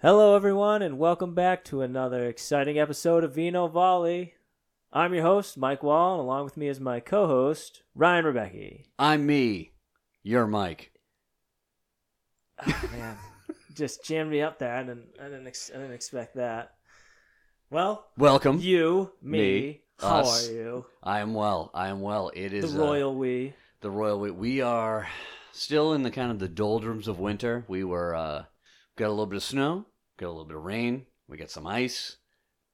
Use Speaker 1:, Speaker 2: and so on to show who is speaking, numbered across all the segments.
Speaker 1: Hello, everyone, and welcome back to another exciting episode of Vino Volley. I'm your host, Mike Wall, and along with me is my co host, Ryan Rebecki.
Speaker 2: I'm me. You're Mike.
Speaker 1: Oh, man. Just jammed me up there. I didn't, I didn't, ex- I didn't expect that. Well,
Speaker 2: Welcome.
Speaker 1: you, me,
Speaker 2: Me,
Speaker 1: how
Speaker 2: us.
Speaker 1: are you?
Speaker 2: I am well. I am well. It
Speaker 1: The
Speaker 2: is uh,
Speaker 1: royal we.
Speaker 2: the royal. We, we are still in the kind of the doldrums of winter. We were uh, got a little bit of snow, got a little bit of rain, we got some ice,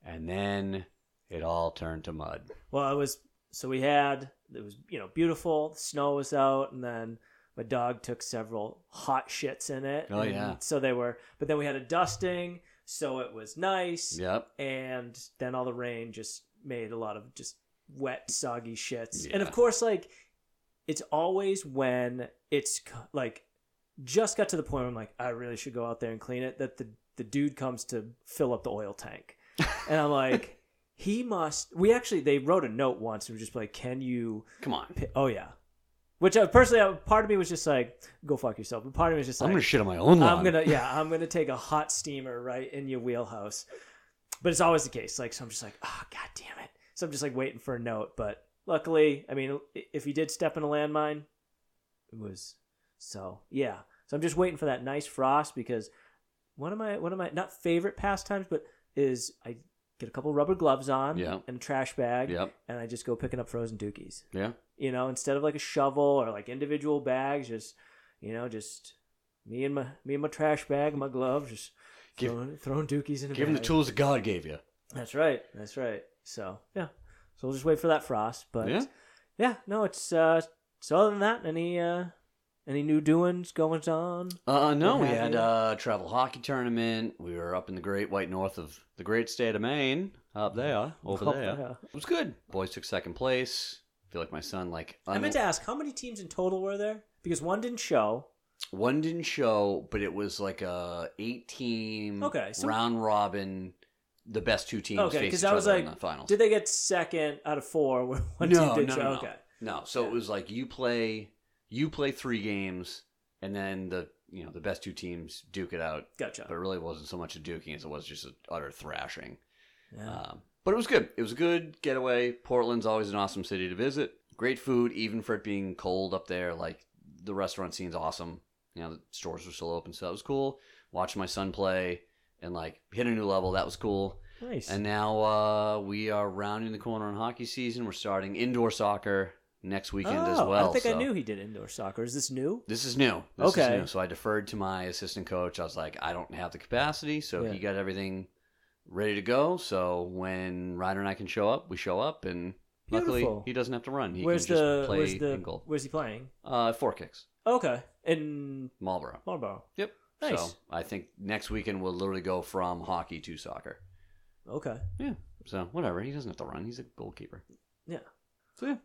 Speaker 2: and then it all turned to mud.
Speaker 1: Well, it was so we had it was you know beautiful. The snow was out, and then my dog took several hot shits in it.
Speaker 2: Oh,
Speaker 1: and
Speaker 2: yeah.
Speaker 1: So they were, but then we had a dusting, so it was nice.
Speaker 2: Yep.
Speaker 1: And then all the rain just made a lot of just wet, soggy shits. And
Speaker 2: Yeah.
Speaker 1: of course, like it's always when it's c- like just got to the point where I'm like, I really should go out there and clean it. That the the dude comes to fill up the oil tank, and I'm like. He must. We actually they wrote a note once and were just like, "Can you?"
Speaker 2: Come on.
Speaker 1: pi- Oh yeah, which I, personally, I, part of me was just like, "Go fuck yourself," but part of me was just
Speaker 2: I'm
Speaker 1: like,
Speaker 2: gonna shit on my own lawn.
Speaker 1: "I'm gonna yeah, I'm gonna take a hot steamer right in your wheelhouse." But it's always the case. Like, so I'm just like, "Oh god damn it!" So I'm just like waiting for a note. But luckily, I mean, i- if he did step in a landmine, it was so yeah. So I'm just waiting for that nice frost because one of my one of my not favorite pastimes, but is I get a couple rubber gloves on
Speaker 2: Yeah.
Speaker 1: and a trash bag,
Speaker 2: Yep.
Speaker 1: and I just go picking up frozen dookies.
Speaker 2: Yeah.
Speaker 1: You know, instead of like a shovel or like individual bags, just you know, just me and my me and my trash bag and my gloves, just
Speaker 2: Give-
Speaker 1: throwing, throwing dookies in a
Speaker 2: Give him the
Speaker 1: bag.
Speaker 2: tools that God gave you.
Speaker 1: That's right. That's right. So yeah, so we'll just wait for that frost. But
Speaker 2: Yeah.
Speaker 1: yeah, no, it's uh, so other than that, any uh, any new doings goings on?
Speaker 2: Uh, no,
Speaker 1: What
Speaker 2: we
Speaker 1: have
Speaker 2: had
Speaker 1: you?
Speaker 2: uh, travel hockey tournament. We were up in the great white north of the great state of Maine, up there, over
Speaker 1: Oh,
Speaker 2: there.
Speaker 1: yeah.
Speaker 2: It was good. Boys took second place. I feel like my son, like,
Speaker 1: I
Speaker 2: un-
Speaker 1: meant to ask how many teams in total were there because one didn't show.
Speaker 2: one didn't show, but it was like a eight team
Speaker 1: Okay, so-
Speaker 2: round robin. The best two teams
Speaker 1: Okay,
Speaker 2: face
Speaker 1: 'cause
Speaker 2: each
Speaker 1: I was
Speaker 2: other in
Speaker 1: like,
Speaker 2: the finals.
Speaker 1: Did they get second out of four? Where one
Speaker 2: no,
Speaker 1: team didn't
Speaker 2: no,
Speaker 1: show.
Speaker 2: no, no,
Speaker 1: Okay.
Speaker 2: no. So it was like you play, you play three games, and then the you know the best two teams duke it out.
Speaker 1: Gotcha.
Speaker 2: But it really wasn't so much a duking as it was just an utter thrashing.
Speaker 1: Yeah.
Speaker 2: Um, but it was good. It was a good getaway. Portland's always an awesome city to visit. Great food, even for it being cold up there. Like the restaurant scene's awesome. You know, the stores were still open, so that was cool. Watching my son play and like hit a new level, that was cool.
Speaker 1: nice.
Speaker 2: And now uh, we are rounding the corner on hockey season. We're starting indoor soccer next weekend
Speaker 1: oh,
Speaker 2: as well.
Speaker 1: I think I
Speaker 2: so-
Speaker 1: knew he did indoor soccer. Is this new?
Speaker 2: this is new. This
Speaker 1: Okay.
Speaker 2: Is new. So I deferred to my assistant coach. I was like, I don't have the capacity. So
Speaker 1: Yeah.
Speaker 2: he got everything ready to go. So when Ryder and I can show up, we show up. And luckily,
Speaker 1: Beautiful.
Speaker 2: he doesn't have to run. He
Speaker 1: where's
Speaker 2: can just
Speaker 1: the
Speaker 2: play
Speaker 1: where's the
Speaker 2: and goal.
Speaker 1: where's he playing? Oh,
Speaker 2: Uh, four kicks,
Speaker 1: Okay, in
Speaker 2: Marlboro.
Speaker 1: Marlboro.
Speaker 2: Yep.
Speaker 1: Nice.
Speaker 2: So I think next weekend we'll literally go from hockey to soccer.
Speaker 1: Okay.
Speaker 2: So whatever. He doesn't have to run. He's a goalkeeper.
Speaker 1: Yeah.
Speaker 2: So yeah.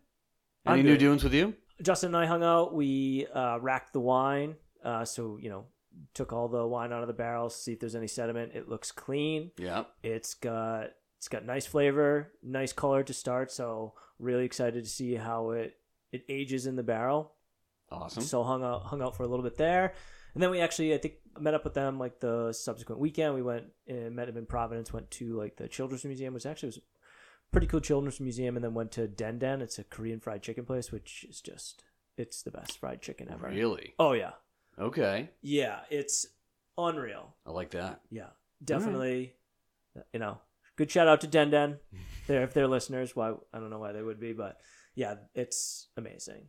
Speaker 1: I'm
Speaker 2: Any new
Speaker 1: good.
Speaker 2: doings with you?
Speaker 1: Justin and I hung out. We uh, racked the wine. Uh, so, you know, took all the wine out of the barrels, see if there's any sediment. It looks clean.
Speaker 2: Yeah.
Speaker 1: It's got it's got nice flavor, nice color to start. So, really excited to see how it it ages in the barrel.
Speaker 2: Awesome.
Speaker 1: So hung out hung out for a little bit there, and then we actually I think met up with them like the subsequent weekend. We went and met them in Providence. Went to like the Children's Museum, which actually was a pretty cool Children's Museum, and then went to Den Den. It's a Korean fried chicken place, which is just it's the best fried chicken ever.
Speaker 2: really?
Speaker 1: Oh yeah,
Speaker 2: Okay.
Speaker 1: yeah, it's unreal.
Speaker 2: I like that.
Speaker 1: Yeah, definitely. You know, good shout out to Den Den. They're if they're listeners, why I don't know why they would be, but yeah, it's amazing.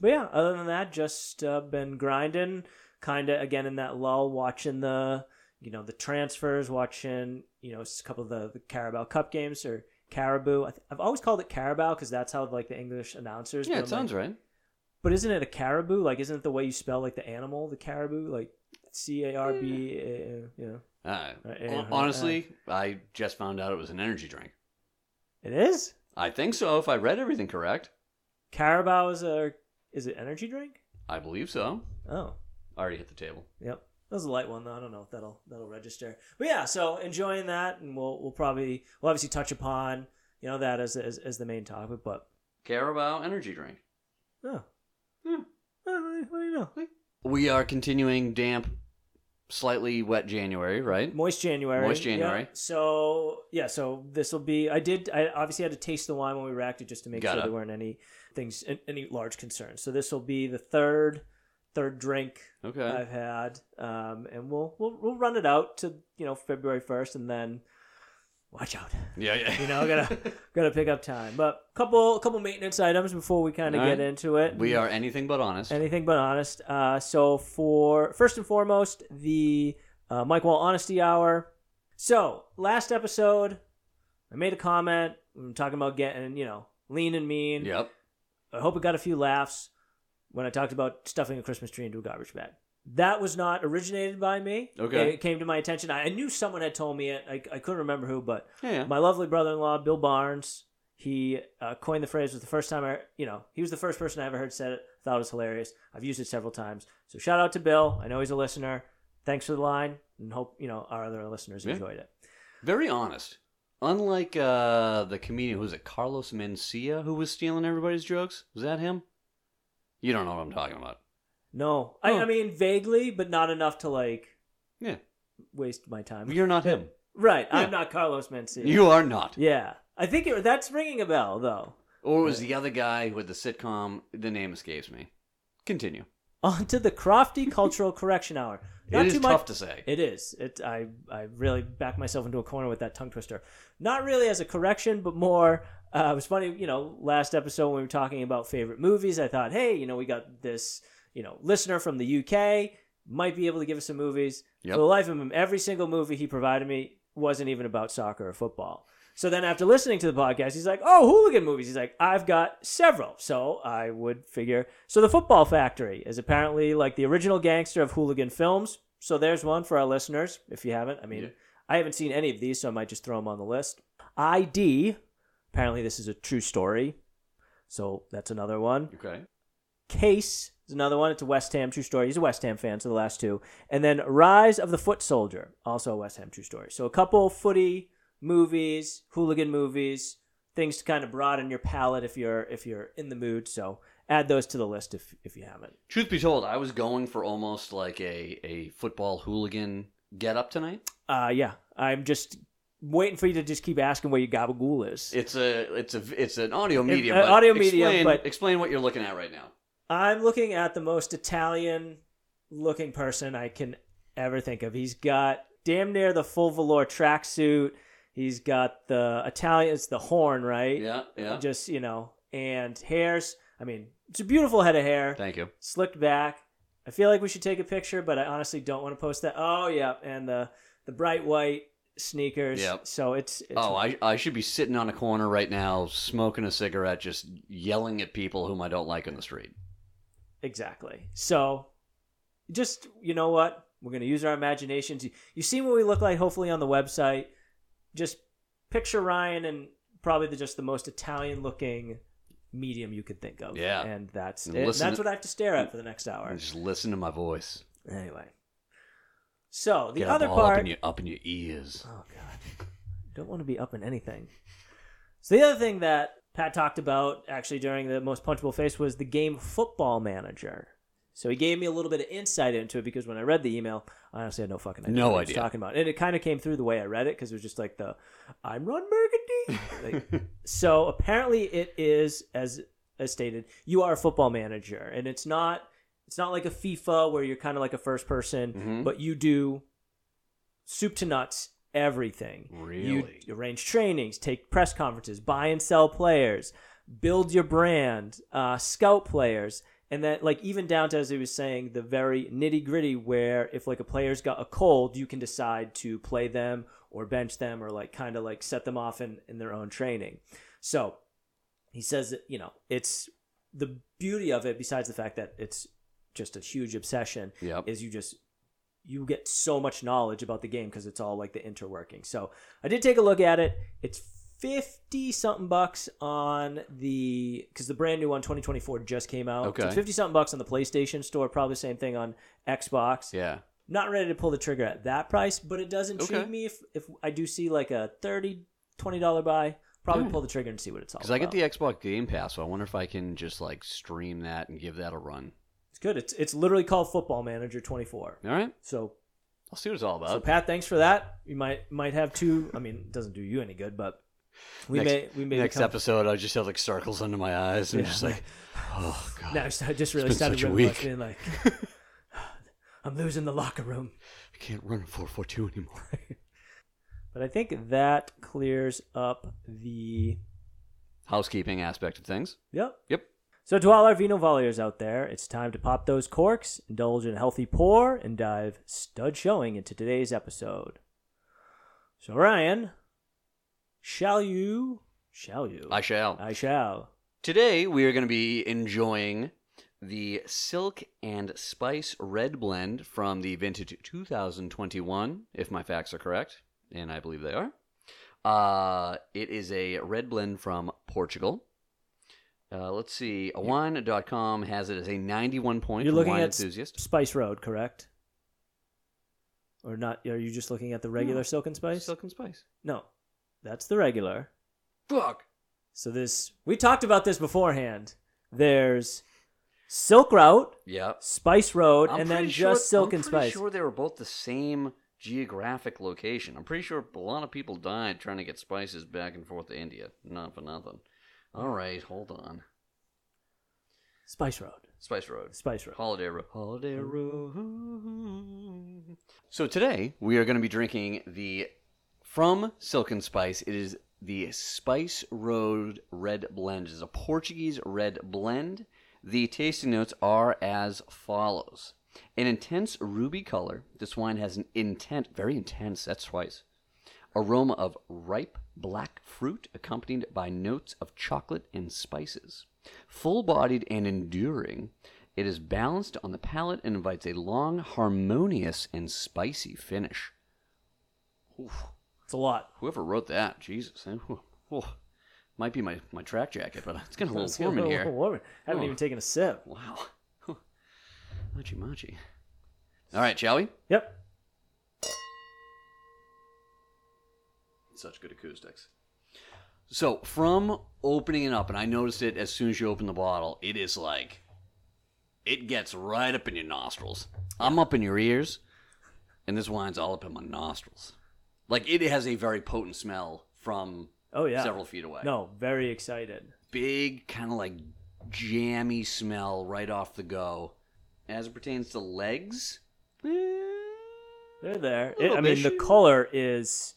Speaker 1: But yeah, other than that, just uh, been grinding, kind of again in that lull, watching the you know the transfers, watching you know s- a couple of the, the Carabao Cup games or Caribou. I th- I've always called it Carabao because that's how like the English announcers.
Speaker 2: Yeah,
Speaker 1: but
Speaker 2: it
Speaker 1: I'm
Speaker 2: sounds
Speaker 1: like,
Speaker 2: right.
Speaker 1: But isn't it a caribou? Like, isn't it the way you spell like the animal, the caribou, like C A R B? uh, You know,
Speaker 2: Uh,
Speaker 1: Uh,
Speaker 2: hon-
Speaker 1: yeah,
Speaker 2: honestly, I just found out it was an energy drink.
Speaker 1: it is.
Speaker 2: I think so, if I read everything correct.
Speaker 1: Carabao is a is it energy drink?
Speaker 2: I believe so.
Speaker 1: Oh,
Speaker 2: I already hit the table.
Speaker 1: yep. That was a light one though. I don't know if that'll that'll register. But yeah, so enjoying that, and we'll we'll probably we'll obviously touch upon you know that as as, as the main topic. But
Speaker 2: Carabao energy drink.
Speaker 1: oh,
Speaker 2: Hmm.
Speaker 1: Uh, what do you know?
Speaker 2: We are continuing damp slightly wet January, right?
Speaker 1: Moist January.
Speaker 2: Moist January.
Speaker 1: Yeah. So yeah, so this will be. I did. I obviously had to taste the wine when we racked it just to make sure
Speaker 2: Gotta.
Speaker 1: there weren't any things, any large concerns. So this will be the third, third drink
Speaker 2: Okay.
Speaker 1: I've had, um, and we'll we'll we'll run it out to you know February first, and then watch out.
Speaker 2: yeah, yeah.
Speaker 1: You know, gotta gotta pick up time. But couple couple maintenance items before we kind of
Speaker 2: All right.
Speaker 1: get into it.
Speaker 2: we are anything but honest.
Speaker 1: Anything but honest. Uh, so for first and foremost, the uh, Mike Wall Honesty Hour. So last episode, I made a comment I'm talking about getting you know lean and mean.
Speaker 2: yep.
Speaker 1: I hope it got a few laughs when I talked about stuffing a Christmas tree into a garbage bag. That was not originated by me.
Speaker 2: Okay.
Speaker 1: It came to my attention. I I knew someone had told me it. I, I couldn't remember who, but
Speaker 2: Yeah. yeah.
Speaker 1: my lovely brother-in-law bill barnes he uh, coined the phrase was the first time i you know he was the first person i ever heard said it thought it was hilarious i've used it several times so shout out to bill i know he's a listener thanks for the line and hope you know our other listeners
Speaker 2: Yeah.
Speaker 1: enjoyed it
Speaker 2: Very honest. Unlike uh, the comedian, who was it, Carlos Mencia, who was stealing everybody's jokes? Was that him? You don't know what I'm talking about.
Speaker 1: no I,
Speaker 2: Huh.
Speaker 1: I mean vaguely but not enough to like
Speaker 2: Yeah.
Speaker 1: waste my time
Speaker 2: You're not him.
Speaker 1: right
Speaker 2: Yeah.
Speaker 1: i'm not carlos mencia
Speaker 2: You are not.
Speaker 1: yeah i think it, that's ringing a bell though
Speaker 2: Or it was the other guy with the sitcom, the name escapes me. Continue.
Speaker 1: on to the crofty cultural correction hour not
Speaker 2: it is
Speaker 1: too
Speaker 2: tough
Speaker 1: much
Speaker 2: to say.
Speaker 1: It is. It I I really backed myself into a corner with that tongue twister. Not really as a correction, but more. Uh, it was funny, you know. Last episode when we were talking about favorite movies, I thought, hey, you know, we got this, you know, listener from the UK might be able to give us some movies.
Speaker 2: Yep.
Speaker 1: For the life of him, every single movie he provided me wasn't even about soccer or football. So then after listening to the podcast, he's like, oh, hooligan movies. He's like, I've got several. So I would figure. So The Football Factory is apparently like the original gangster of hooligan films. So there's one for our listeners, if you haven't. I mean,
Speaker 2: Yeah.
Speaker 1: I haven't seen any of these, so I might just throw them on the list. ID, apparently this is a true story. So that's another one.
Speaker 2: okay.
Speaker 1: Case is another one. It's a West Ham true story. He's a West Ham fan, so the last two. And then Rise of the Foot Soldier, also a West Ham true story. So a couple footy movies, hooligan movies, things to kind of broaden your palette if you're if you're in the mood. So add those to the list if if you haven't.
Speaker 2: Truth be told, I was going for almost like a, a football hooligan get up tonight.
Speaker 1: Uh yeah. I'm just waiting for you to just keep asking where your gabagool is.
Speaker 2: It's a it's a it's an audio medium.
Speaker 1: uh,
Speaker 2: but
Speaker 1: audio medium,
Speaker 2: explain-
Speaker 1: but-
Speaker 2: explain what you're looking at right now.
Speaker 1: I'm looking at the most Italian looking person I can ever think of. He's got damn near the full velour tracksuit. He's got the Italian, it's the horn, right?
Speaker 2: Yeah, yeah.
Speaker 1: Just, you know, and hairs. I mean, it's a beautiful head of hair,
Speaker 2: Thank you.
Speaker 1: slicked back. I feel like we should take a picture, but I honestly don't want to post that. Oh, yeah. And the, the bright white sneakers.
Speaker 2: Yep.
Speaker 1: So it's, it's
Speaker 2: Oh, I, I should be sitting on a corner right now, smoking a cigarette, just yelling at people whom I don't like on the street.
Speaker 1: Exactly. So, just you know what? We're gonna use our imaginations. You, you see what we look like, hopefully on the website. Just picture Ryan and probably the, just the most Italian-looking medium you could think of.
Speaker 2: Yeah.
Speaker 1: and that's
Speaker 2: And
Speaker 1: it. And
Speaker 2: listen-
Speaker 1: that's what I have to stare at for the next hour.
Speaker 2: And just listen to my voice.
Speaker 1: Anyway, so the
Speaker 2: Mm. Get
Speaker 1: other
Speaker 2: up, all up
Speaker 1: part.
Speaker 2: in your up in your ears.
Speaker 1: Oh god. Don't want to be up in anything. So the other thing that Pat talked about actually during the most punchable face was the game Football Manager. So he gave me a little bit of insight into it because when I read the email, I honestly had no fucking idea
Speaker 2: No
Speaker 1: what he
Speaker 2: idea.
Speaker 1: was talking about. And it kind of came through the way I read it because it was just like the I'm Ron Burgundy. Like, so apparently it is as as stated, you are a football manager and it's not it's not like a FIFA where you're kind of like a first person,
Speaker 2: Mhm.
Speaker 1: but you do soup to nuts everything.
Speaker 2: Really?
Speaker 1: You arrange trainings, take press conferences, buy and sell players, build your brand, uh, scout players, and then like even down to as he was saying the very nitty gritty where if like a player's got a cold, you can decide to play them or bench them or like kind of like set them off in in their own training. So he says that you know it's the beauty of it besides the fact that it's just a huge obsession
Speaker 2: yep.
Speaker 1: is you just you get so much knowledge about the game because it's all like the interworking. So I did take a look at it. It's fifty something bucks on the because the brand new one 2024 just came out.
Speaker 2: Okay.
Speaker 1: So it's fifty something bucks on the PlayStation Store. Probably same thing on Xbox.
Speaker 2: yeah.
Speaker 1: Not ready to pull the trigger at that price, but it does intrigue
Speaker 2: Okay.
Speaker 1: me if if I do see like a 30 twenty dollar buy. Probably
Speaker 2: Yeah.
Speaker 1: pull the trigger and see what it's all
Speaker 2: Because I
Speaker 1: about.
Speaker 2: get the Xbox Game Pass, so I wonder if I can just like stream that and give that a run.
Speaker 1: It's good. It's it's literally called Football Manager 24.
Speaker 2: All right.
Speaker 1: So
Speaker 2: I'll see what it's all about.
Speaker 1: So Pat, thanks for that. You might might have two. I mean, it doesn't do you any good, but we
Speaker 2: Next-
Speaker 1: may we may
Speaker 2: Next
Speaker 1: become,
Speaker 2: episode, I just have like circles under my eyes and
Speaker 1: Yeah.
Speaker 2: just like, oh god,
Speaker 1: No, I just- I just really
Speaker 2: been
Speaker 1: started
Speaker 2: such a
Speaker 1: really
Speaker 2: week.
Speaker 1: being like, I'm losing the locker room.
Speaker 2: I can't run a four four two anymore.
Speaker 1: But I think that clears up the.
Speaker 2: Housekeeping aspect of things.
Speaker 1: Yep.
Speaker 2: Yep.
Speaker 1: So to all our vino volleyers out there, it's time to pop those corks, indulge in a healthy pour, and dive stud showing into today's episode. So Ryan, shall you? Shall you?
Speaker 2: I shall.
Speaker 1: I shall.
Speaker 2: Today we are going to be enjoying the Silk and Spice Red Blend from the vintage 2021, if my facts are correct, and I believe they are. Uh, it is a red blend from Portugal. Uh, let's see. Wine.com has it as a 91 point
Speaker 1: You're
Speaker 2: from
Speaker 1: looking
Speaker 2: wine
Speaker 1: at s-
Speaker 2: enthusiast.
Speaker 1: Spice Road, correct? Or not? Are you just looking at the regular
Speaker 2: No.
Speaker 1: Silk and Spice?
Speaker 2: Silk and Spice.
Speaker 1: No, that's the regular.
Speaker 2: Fuck.
Speaker 1: So this we talked about this beforehand. There's Silk Route,
Speaker 2: Yeah.
Speaker 1: Spice Road,
Speaker 2: I'm
Speaker 1: and then
Speaker 2: pretty sure-
Speaker 1: just Silk
Speaker 2: I'm
Speaker 1: and
Speaker 2: pretty
Speaker 1: Spice.
Speaker 2: sure they were both the same geographic location. I'm pretty sure a lot of people died trying to get spices back and forth to India. Not for nothing. All right, hold on.
Speaker 1: Spice Road,
Speaker 2: Spice Road.
Speaker 1: Spice Road.
Speaker 2: Holiday Road. Holiday Road. Mm. So today we are going to be drinking the from Silk and Spice. It is the Spice Road Red Blend. It is a Portuguese red blend. The tasting notes are as follows: an intense ruby color. This wine has an intent, very intense. That's twice. Aroma of ripe black fruit accompanied by notes of chocolate and spices. Full bodied and enduring, it is balanced on the palate and invites a long, harmonious, and spicy finish. Oof,
Speaker 1: It's a lot.
Speaker 2: whoever wrote that, Jesus. eh, whew, whew. Might be my, my track jacket, but it's getting a
Speaker 1: It's
Speaker 2: little
Speaker 1: getting
Speaker 2: warm in
Speaker 1: a
Speaker 2: here.
Speaker 1: little warm. Haven't
Speaker 2: Oh.
Speaker 1: even taken a sip.
Speaker 2: Wow. Huh. Machi machi. All right, shall we?
Speaker 1: Yep.
Speaker 2: Such good acoustics. So, from opening it up, and I noticed it as soon as you open the bottle, it is like it gets right up in your nostrils. I'm up in your ears, and this wine's all up in my nostrils. Like it has a very potent smell from
Speaker 1: Oh yeah.
Speaker 2: several feet away.
Speaker 1: No, very excited.
Speaker 2: Big, kind of like jammy smell right off the go. As it pertains to legs, eh,
Speaker 1: They're there.
Speaker 2: A
Speaker 1: It,
Speaker 2: little
Speaker 1: I mean,
Speaker 2: bit.
Speaker 1: the color is.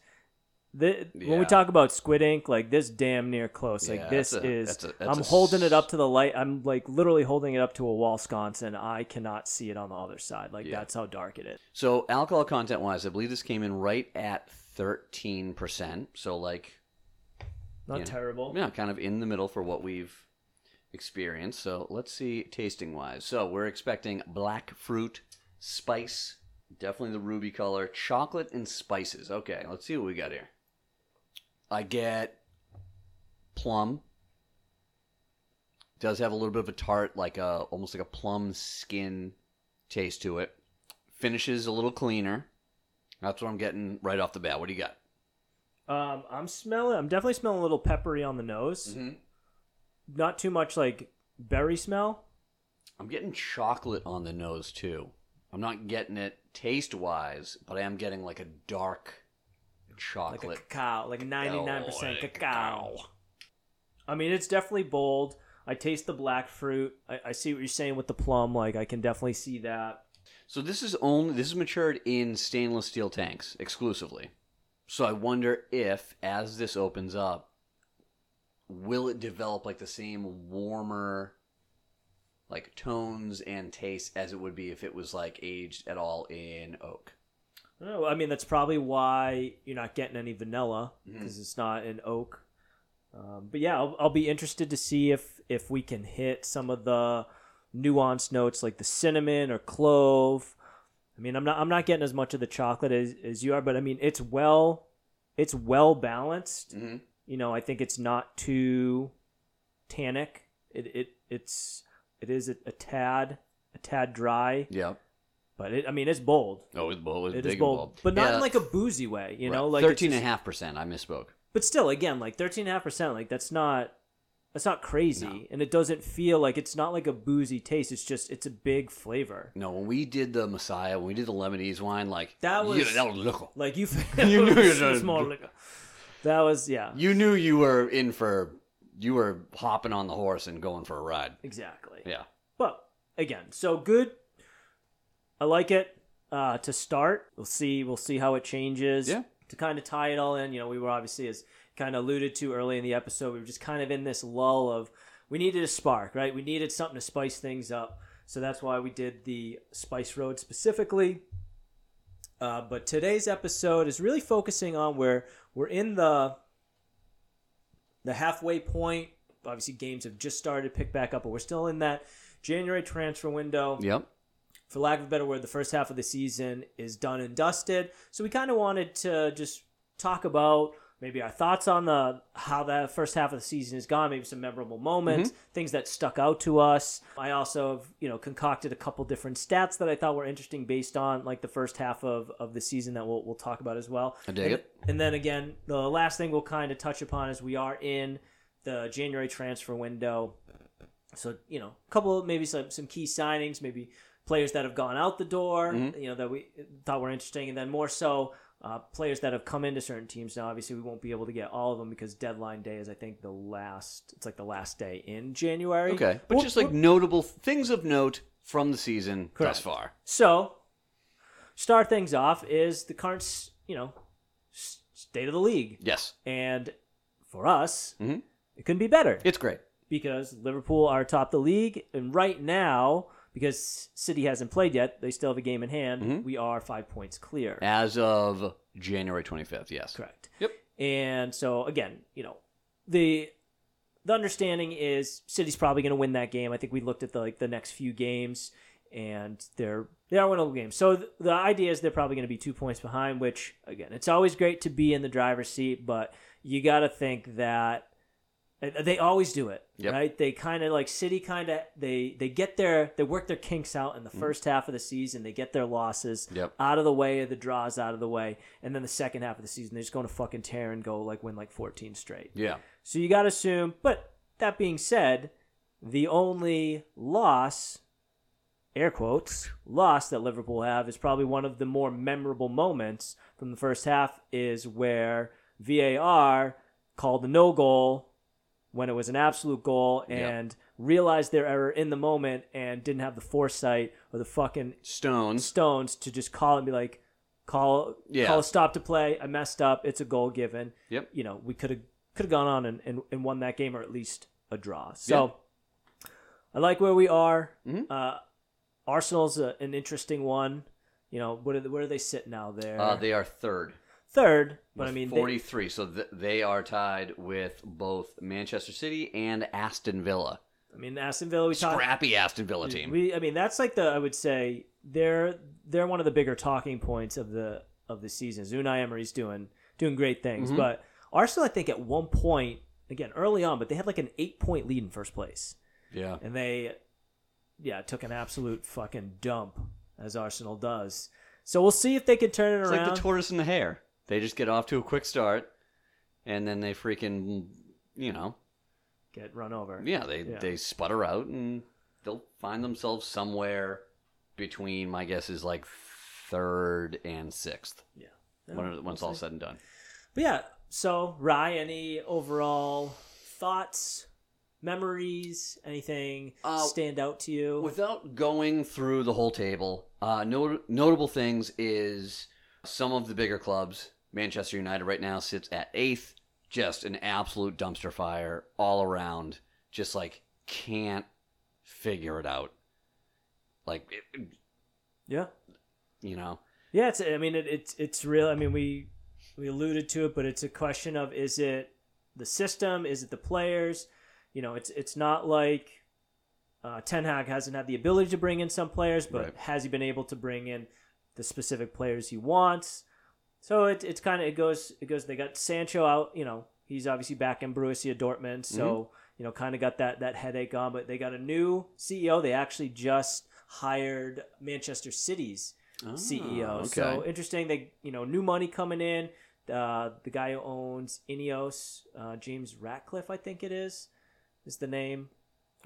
Speaker 1: The, When
Speaker 2: Yeah.
Speaker 1: we talk about squid ink, like this, damn near close. Like
Speaker 2: Yeah,
Speaker 1: this
Speaker 2: that's a-
Speaker 1: is.
Speaker 2: that's a- that's
Speaker 1: I'm
Speaker 2: a
Speaker 1: holding it
Speaker 2: s-
Speaker 1: up to the light. I'm like literally holding it up to a wall sconce, and I cannot see it on the other side. Like
Speaker 2: Yeah.
Speaker 1: that's how dark it is.
Speaker 2: So alcohol content wise, I believe this came in right at thirteen percent. So like
Speaker 1: Not
Speaker 2: Yeah.
Speaker 1: terrible.
Speaker 2: yeah, kind of in the middle for what we've experienced. So let's see tasting wise. So we're expecting black fruit, spice, definitely the ruby color, chocolate and spices. Okay, let's see what we got here. I get plum. Does have a little bit of a tart, like a almost like a plum skin taste to it. Finishes a little cleaner. That's what I'm getting right off the bat. What do you got?
Speaker 1: Um, I'm smelling. I'm definitely smelling a little peppery on the nose.
Speaker 2: Mm-hmm.
Speaker 1: Not too much like berry smell.
Speaker 2: I'm getting chocolate on the nose too. I'm not getting it taste wise, but I am getting like a dark
Speaker 1: Like
Speaker 2: chocolate.
Speaker 1: a cacao, like 99%
Speaker 2: Oh,
Speaker 1: cacao. I mean, it's definitely bold. I taste the black fruit. I, I see what you're saying with the plum. Like, I can definitely see that.
Speaker 2: So this is only this is matured in stainless steel tanks exclusively. So I wonder if as this opens up, will it develop like the same warmer like tones and tastes as it would be if it was like aged at all in oak.
Speaker 1: I don't know. I mean, that's probably why you're not getting any vanilla because it's not an oak. Um, but yeah, I'll, I'll be interested to see if if we can hit some of the nuanced notes like the cinnamon or clove. I mean, I'm not I'm not getting as much of the chocolate as, as you are, but I mean, it's well it's well balanced.
Speaker 2: Mm-hmm.
Speaker 1: You know, I think it's not too tannic. It it it's it is a, a tad a tad dry,
Speaker 2: Yeah.
Speaker 1: but it, I mean, it's bold.
Speaker 2: Oh, it's bold. It's
Speaker 1: It
Speaker 2: big
Speaker 1: is
Speaker 2: and
Speaker 1: bold,
Speaker 2: bold.
Speaker 1: but not
Speaker 2: Yeah.
Speaker 1: in like a boozy way, you know. Like it's
Speaker 2: thirteen and a
Speaker 1: just-
Speaker 2: half percent. I misspoke.
Speaker 1: But still, again, like thirteen and a half percent, like that's not It's not crazy,
Speaker 2: No.
Speaker 1: and it doesn't feel like it's not like a boozy taste. It's just it's a big flavor.
Speaker 2: No, when we did the Messiah, when we did the Lemonese wine, like
Speaker 1: That was-
Speaker 2: yeah, that was local.
Speaker 1: Like you,
Speaker 2: You knew you
Speaker 1: It's
Speaker 2: done-
Speaker 1: more like a- That was yeah,
Speaker 2: You knew you were in for you were hopping on the horse and going for a ride.
Speaker 1: exactly.
Speaker 2: Yeah,
Speaker 1: But again, so good. I like it. Uh, to start, we'll see. We'll see how it changes.
Speaker 2: Yeah.
Speaker 1: To kind of tie it all in, you know, we were obviously as kind of alluded to early in the episode, we were just kind of in this lull of we needed a spark, right? We needed something to spice things up. So that's why we did the Spice Road specifically. Uh, but today's episode is really focusing on where we're in the the halfway point. Obviously, games have just started to pick back up, but we're still in that January transfer window.
Speaker 2: yep.
Speaker 1: For lack of a better word, the first half of the season is done and dusted. So we kind of wanted to just talk about maybe our thoughts on the how that first half of the season has gone, maybe some memorable moments,
Speaker 2: Mm-hmm.
Speaker 1: things that stuck out to us. I also have, you know, concocted a couple different stats that I thought were interesting based on like the first half of, of the season that we'll, we'll talk about as well.
Speaker 2: I dig
Speaker 1: And-
Speaker 2: it.
Speaker 1: and then again, the last thing we'll kind of touch upon is we are in the January transfer window. So, you know, a couple of maybe some, some key signings, maybe players that have gone out the door,
Speaker 2: Mhm.
Speaker 1: you know, that we thought were interesting. And then more so, uh, players that have come into certain teams. Now, obviously, we won't be able to get all of them because deadline day is, I think, the last, it's like the last day in January.
Speaker 2: Okay, but
Speaker 1: Well,
Speaker 2: just like
Speaker 1: well-
Speaker 2: notable things of note from the season
Speaker 1: Correct.
Speaker 2: thus far.
Speaker 1: So, start things off is the current, s- you know, s- state of the league.
Speaker 2: Yes,
Speaker 1: And for us,
Speaker 2: Mhm.
Speaker 1: it couldn't be better
Speaker 2: it's great.
Speaker 1: because Liverpool are atop the league. And right now, because City hasn't played yet, they still have a game in hand.
Speaker 2: Mhm.
Speaker 1: We are five points clear.
Speaker 2: As of January twenty fifth. Yes.
Speaker 1: Correct.
Speaker 2: Yep.
Speaker 1: And so, again, you know, the. The understanding is City's probably going to win that game. I think we looked at the like the next few games, and they're they are winnable games. So th- the idea is they're probably going to be two points behind. Which again, it's always great to be in the driver's seat, but you got to think that and they always do it
Speaker 2: Yep.
Speaker 1: right they kind of like city kind of they they get their they work their kinks out
Speaker 2: Mm-hmm.
Speaker 1: in the first half of the season they get their losses
Speaker 2: Yep.
Speaker 1: out of the way the draws out of the way and then the second half of the season they're just going to fucking tear and go like win like 14 straight
Speaker 2: Yeah.
Speaker 1: so you got to assume but that being said the only loss air quotes loss that liverpool have is probably one of the more memorable moments from the first half is where var called a no goal when it was an absolute goal
Speaker 2: Yeah.
Speaker 1: and realized their error in the moment and didn't have the foresight or the fucking
Speaker 2: Stones.
Speaker 1: stones to just call and be like call
Speaker 2: Mm-hmm. Yeah.
Speaker 1: call a stop to play i messed up it's a goal given
Speaker 2: Yep.
Speaker 1: you know we could have could have gone on and, and, and won that game or at least a draw so i like where we are
Speaker 2: Mhm.
Speaker 1: uh arsenal's a, an interesting one you know what are they, where are they sit now there
Speaker 2: Uh, they are third.
Speaker 1: third but i mean they-
Speaker 2: forty three. So th- they are tied with both Manchester City and Aston Villa.
Speaker 1: i mean aston villa we talked
Speaker 2: Scrappy Aston Villa team.
Speaker 1: We, I mean, that's like the I would say they're they're one of the bigger talking points of the of the season. Unai Emery's doing doing great things,
Speaker 2: Mhm.
Speaker 1: but Arsenal, I think, at one point again early on, but they had like an eight point lead in first place,
Speaker 2: yeah.
Speaker 1: and they yeah took an absolute fucking dump as Arsenal does. So we'll see if they can turn it
Speaker 2: It's
Speaker 1: around.
Speaker 2: like the tortoise and the hare. They just get off to a quick start, and then they freaking, you know,
Speaker 1: Get run over.
Speaker 2: yeah, they
Speaker 1: Yeah.
Speaker 2: they sputter out and they'll find themselves somewhere between my guess is like third and sixth
Speaker 1: Yeah,
Speaker 2: when, when it's all
Speaker 1: Oh, we'll see.
Speaker 2: said and done.
Speaker 1: But yeah, so Rye, any overall thoughts, memories, anything
Speaker 2: Uh,
Speaker 1: stand out to you?
Speaker 2: Without going through the whole table, uh, not- notable things is some of the bigger clubs. Manchester United right now sits at eighth, just an absolute dumpster fire all around. Just like can't figure it out. Like it-
Speaker 1: yeah,
Speaker 2: you know,
Speaker 1: yeah. It's I mean it, it's it's real. I mean we we alluded to it, but it's a question of is it the system? Is it the players? You know, it's it's not like uh, Ten Hag hasn't had the ability to bring in some players, but
Speaker 2: Right.
Speaker 1: has he been able to bring in the specific players he wants? So it, it's kind of it goes it goes. They got Sancho out. You know, he's obviously back in Borussia Dortmund, so you know, kind of got that that headache on. But they got a new CEO. They actually just hired Manchester City's CEO.
Speaker 2: Ah,
Speaker 1: E So interesting. They you know new money coming in. Uh, the guy who owns Ineos, uh, James Ratcliffe, I think it is. is the name.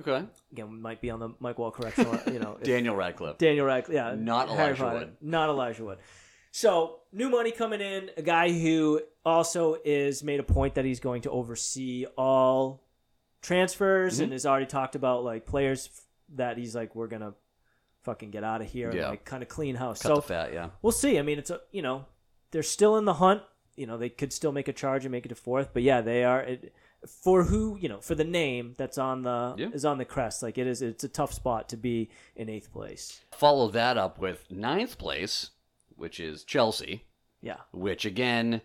Speaker 2: Okay.
Speaker 1: Again, we might be on the Mike Wall correctional. You know, if-
Speaker 2: Daniel Radcliffe.
Speaker 1: Daniel Radcliffe. Yeah,
Speaker 2: Not
Speaker 1: Harry
Speaker 2: Elijah
Speaker 1: Potter.
Speaker 2: Wood.
Speaker 1: Not Elijah Wood. So new money coming in. A guy who also is made a point that he's going to oversee all transfers
Speaker 2: Mm-hmm.
Speaker 1: and has already talked about like players f- that he's like we're gonna fucking get out of here and
Speaker 2: Yeah.
Speaker 1: like kind of clean house.
Speaker 2: Cut
Speaker 1: so
Speaker 2: the fat, yeah.
Speaker 1: we'll see. I mean, it's a, you know they're still in the hunt. You know they could still make a charge and make it to fourth, but yeah, they are it, for who you know for the name that's on the
Speaker 2: Yeah.
Speaker 1: is on the crest. Like it is, it's a tough spot to be in eighth place.
Speaker 2: Follow that up with ninth place, which is Chelsea,
Speaker 1: Yeah,
Speaker 2: which again,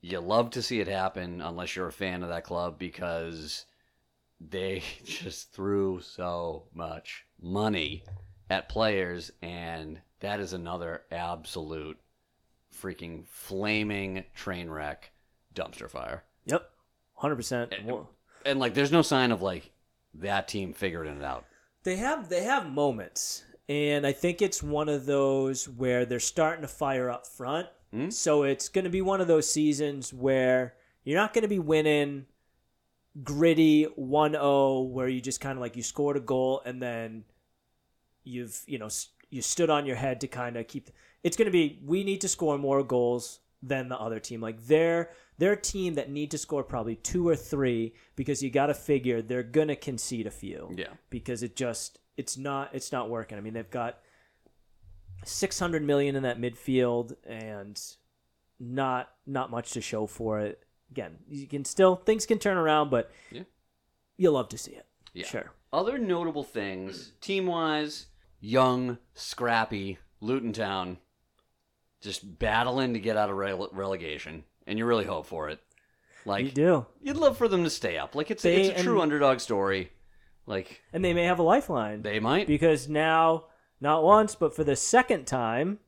Speaker 2: you love to see it happen unless you're a fan of that club because they just threw so much money at players, and that is another absolute freaking flaming train wreck dumpster fire.
Speaker 1: yep, hundred percent.
Speaker 2: And- And like, there's no sign of like that team figuring it out.
Speaker 1: They have they have moments, and I think it's one of those where they're starting to fire up front.
Speaker 2: Hmm?
Speaker 1: So it's going to be one of those seasons where you're not going to be winning gritty 1-0 where you just kind of like you scored a goal and then you've you know s- you stood on your head to kind of keep it's going to be we need to score more goals than the other team like they're they're a team that need to score probably two or three because you got to figure they're going to concede a few
Speaker 2: Yeah.
Speaker 1: because it just it's not it's not working. I mean, they've got 600 million in that midfield and not not much to show for it. Again, you can still things can turn around, but
Speaker 2: Yeah.
Speaker 1: you'll love to see it.
Speaker 2: Yeah.
Speaker 1: Sure.
Speaker 2: Other notable things, team wise, young, scrappy, Luton Town, just battling to get out of rele- relegation, and you really hope for it.
Speaker 1: you
Speaker 2: Like
Speaker 1: do,
Speaker 2: you'd love for them to stay up. Like it's a,
Speaker 1: They
Speaker 2: it's a true
Speaker 1: and-
Speaker 2: underdog story. Like
Speaker 1: and they may have a lifeline
Speaker 2: they might.
Speaker 1: because now, not once but for the second time,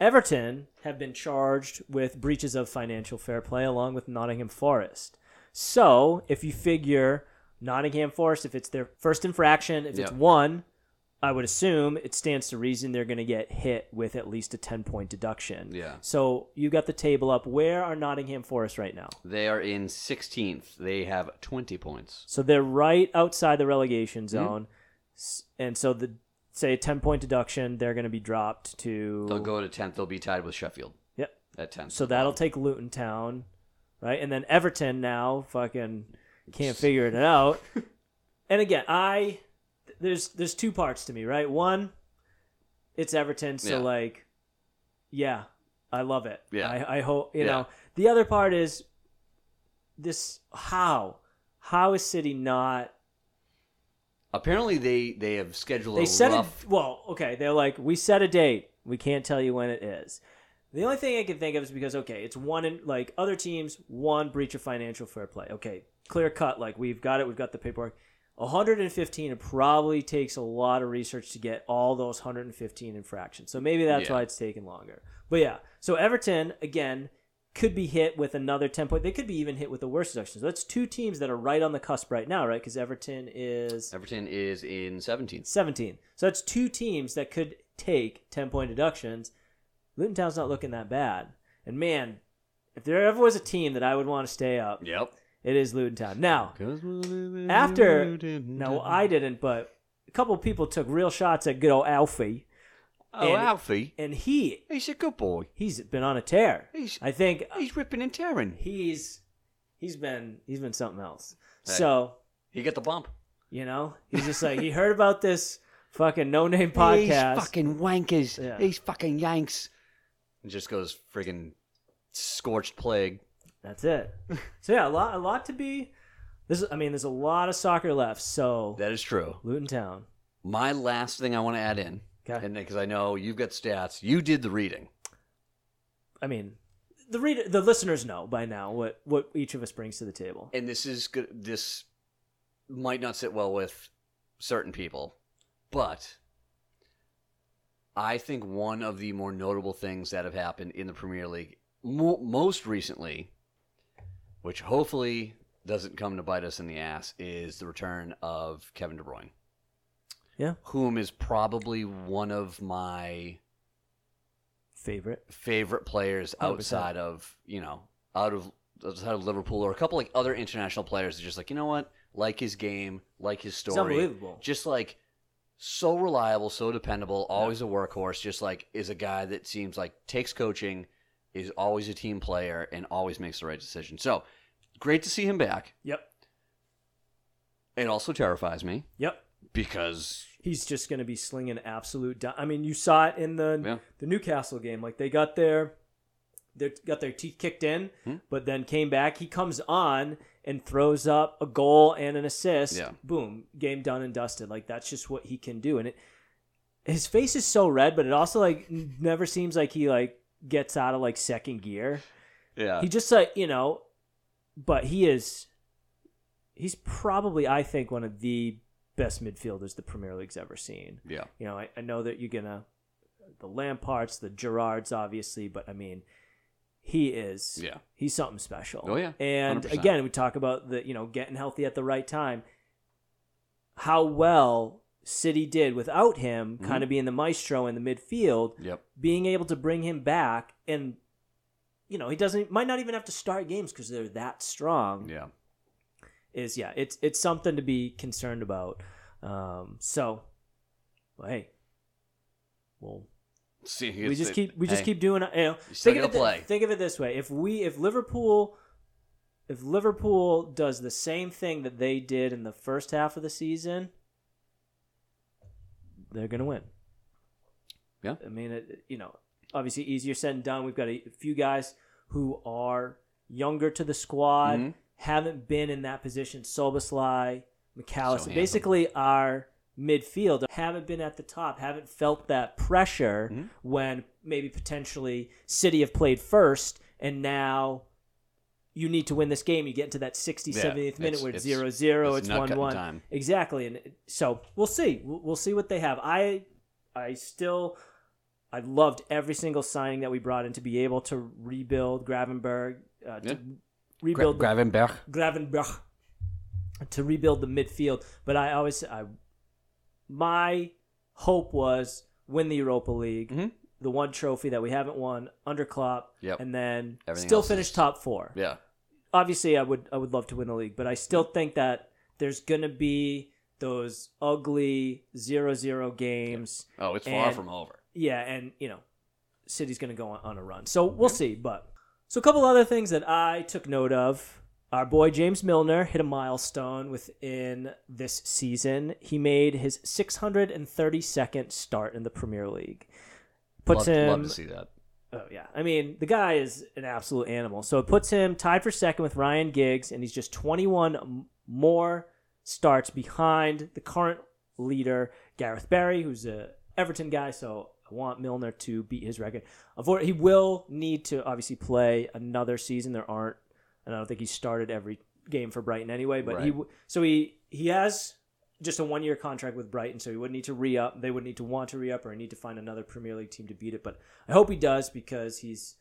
Speaker 1: Everton have been charged with breaches of financial fair play along with Nottingham Forest. So if you figure Nottingham Forest, if it's their first infraction, if it's
Speaker 2: Yeah.
Speaker 1: one, I would assume it stands to reason they're going to get hit with at least a 10 point deduction.
Speaker 2: Yeah.
Speaker 1: So you got the table up. Where are Nottingham Forest right now?
Speaker 2: They are in 16th. They have 20 points.
Speaker 1: So they're right outside the relegation
Speaker 2: Mm-hmm.
Speaker 1: zone. S And so the say a 10 point deduction, they're going to be dropped to
Speaker 2: They'll go to 10th. Theyll be tied with Sheffield
Speaker 1: Yep.
Speaker 2: at 10th.
Speaker 1: So that'll take Luton Town, right? And then Everton now fucking can't figure it out. and again, I there's there's two parts to me, right? One, it's Everton, so
Speaker 2: Yeah.
Speaker 1: like, yeah, I love it.
Speaker 2: Yeah.
Speaker 1: I, I hope you
Speaker 2: Yeah.
Speaker 1: know. The other part is this: how how is City not?
Speaker 2: Apparently they they have scheduled
Speaker 1: They
Speaker 2: a
Speaker 1: set
Speaker 2: rough
Speaker 1: it well. Okay, they're like, we set a date. We can't tell you when it is. The only thing I can think of is because okay, it's one in like other teams one breach of financial fair play. Okay, clear cut. Like we've got it. We've got the paperwork. 115 it probably takes a lot of research to get all those 115 infractions. So maybe that's
Speaker 2: Yeah.
Speaker 1: why it's taking longer. But yeah, so Everton again could be hit with another 10 point. They could be even hit with the worst deduction. So that's two teams that are right on the cusp right now, right? Because Everton is
Speaker 2: Everton is in 17th.
Speaker 1: 17. So that's two teams that could take 10 point deductions. Luton Town's not looking that bad. And man, if there ever was a team that I would want to stay up,
Speaker 2: Yep.
Speaker 1: it is Luton Town. Now,
Speaker 2: After
Speaker 1: after, no, I didn't, but a couple people took real shots at good old Alfie,
Speaker 2: Oh,
Speaker 1: and-
Speaker 2: Alfie.
Speaker 1: and he
Speaker 2: He's a good boy.
Speaker 1: he's been on a tear.
Speaker 2: He's
Speaker 1: I think
Speaker 2: he's ripping and tearing.
Speaker 1: he's he's been he's been something else.
Speaker 2: Hey.
Speaker 1: So
Speaker 2: He got the bump.
Speaker 1: you know, he's just like he heard about this fucking no name podcast.
Speaker 2: wankers.
Speaker 1: Yeah.
Speaker 2: He's fucking yanks. And just goes friggin' scorched plague.
Speaker 1: That's it. So yeah, a lot, a lot to be. This, is, I mean, there's a lot of soccer left. So
Speaker 2: That is true.
Speaker 1: Luton Town.
Speaker 2: My last thing I want to add in,
Speaker 1: Okay.
Speaker 2: and because I know you've got stats, you did the reading.
Speaker 1: I mean, the reader, the listeners know by now what what each of us brings to the table.
Speaker 2: and this is good this might not sit well with certain people but i think one of the more notable things that have happened in the premier league mo- most recently which hopefully doesn't come to bite us in the ass is the return of kevin de bruyne
Speaker 1: Yeah.
Speaker 2: whom is probably one of my
Speaker 1: Favorite.
Speaker 2: favorite players
Speaker 1: 100%.
Speaker 2: outside of you know out of outside of Liverpool or a couple like other international players that just like you know what like his game, like his
Speaker 1: It's
Speaker 2: story.
Speaker 1: unbelievable.
Speaker 2: Just like so reliable, so dependable, always a workhorse, just like is a guy that seems like takes coaching, is always a team player, and always makes the right decision. So great to see him back.
Speaker 1: Yep.
Speaker 2: It also terrifies me
Speaker 1: Yep.
Speaker 2: because
Speaker 1: He's just going to be slinging absolute. Di- I mean, you saw it in the
Speaker 2: Yeah.
Speaker 1: the Newcastle game. Like they got their they got their teeth kicked in,
Speaker 2: Hmm.
Speaker 1: but then came back. He comes on and throws up a goal and an assist.
Speaker 2: Yeah.
Speaker 1: Boom, game done and dusted. Like that's just what he can do. And it his face is so red, but it also like n- never seems like he like gets out of like second gear.
Speaker 2: yeah,
Speaker 1: He just like you know, but he is. He's probably, I think, one of the best midfielders the Premier League's ever seen.
Speaker 2: yeah,
Speaker 1: You know, I, I know that you're gonna the Lamparts, the Gerards, obviously, but I mean, he is
Speaker 2: yeah,
Speaker 1: he's something special.
Speaker 2: Oh, yeah.
Speaker 1: and
Speaker 2: 100%.
Speaker 1: again, we talk about the you know getting healthy at the right time. How well City did without him,
Speaker 2: Mm-hmm.
Speaker 1: kind of being the maestro in the midfield,
Speaker 2: yep,
Speaker 1: being able to bring him back, and you know he doesn't might not even have to start games because they're that strong
Speaker 2: yeah.
Speaker 1: is yeah, it's it's something to be concerned about. Um, so, well, hey, well,
Speaker 2: See,
Speaker 1: we
Speaker 2: it's-
Speaker 1: just
Speaker 2: it-
Speaker 1: keep we just
Speaker 2: hey,
Speaker 1: keep doing. You know,
Speaker 2: you still
Speaker 1: think of it
Speaker 2: gotta
Speaker 1: thi-
Speaker 2: play.
Speaker 1: think of it this way: if we if Liverpool if Liverpool does the same thing that they did in the first half of the season, they're gonna win.
Speaker 2: Yeah.
Speaker 1: I mean, it, you know, obviously easier said than done. We've got a few guys who are younger to the squad
Speaker 2: Mhm.
Speaker 1: haven't been in that position. Soboslai, McAllister,
Speaker 2: So
Speaker 1: basically our midfield haven't been at the top, haven't felt that pressure
Speaker 2: Mhm.
Speaker 1: when maybe potentially City have played first and now you need to win this game. You get into that 60,
Speaker 2: Yeah,
Speaker 1: 70th minute
Speaker 2: it's-
Speaker 1: where it's
Speaker 2: it's-
Speaker 1: 0 0, it's
Speaker 2: it's nut
Speaker 1: 1
Speaker 2: cutting
Speaker 1: 1.
Speaker 2: time.
Speaker 1: Exactly. And it- so we'll see. We'll, we'll see what they have. I, I still. I loved every single signing that we brought in to be able to rebuild Gravenberg, uh, to
Speaker 2: Yeah.
Speaker 1: rebuild the
Speaker 2: Gravenberch.
Speaker 1: Gravenberch to rebuild the midfield. But I always, I, my hope was win the Europa League,
Speaker 2: Mhm.
Speaker 1: the one trophy that we haven't won under Klopp,
Speaker 2: Yep.
Speaker 1: and then
Speaker 2: Everything
Speaker 1: still
Speaker 2: else
Speaker 1: finish
Speaker 2: is-
Speaker 1: top four.
Speaker 2: Yeah,
Speaker 1: Obviously, I would, I would love to win the league, but I still think that there's gonna be those ugly zero-zero games.
Speaker 2: Oh, it's far
Speaker 1: And-
Speaker 2: from over.
Speaker 1: Yeah, and you know, City's going to go on, on a run. So we'll see. But so a couple other things that I took note of. Our boy James Milner hit a milestone within this season. He made his 632nd start in the Premier League. Puts
Speaker 2: love,
Speaker 1: him
Speaker 2: love to see that.
Speaker 1: Oh yeah, I mean the guy is an absolute animal. So it puts him tied for second with Ryan Giggs, and he's just 21 m- more starts behind the current leader Gareth Barry, who's a Everton guy. So I want Milner to beat his record. Unfor- He will need to obviously play another season. There aren't, and I don't think he started every game for Brighton anyway. But he
Speaker 2: Right.
Speaker 1: w- so he he has just a one year contract with Brighton, so he wouldn't need to re up. They would need to want to re up or need to find another Premier League team to beat it. But I hope he does because he's.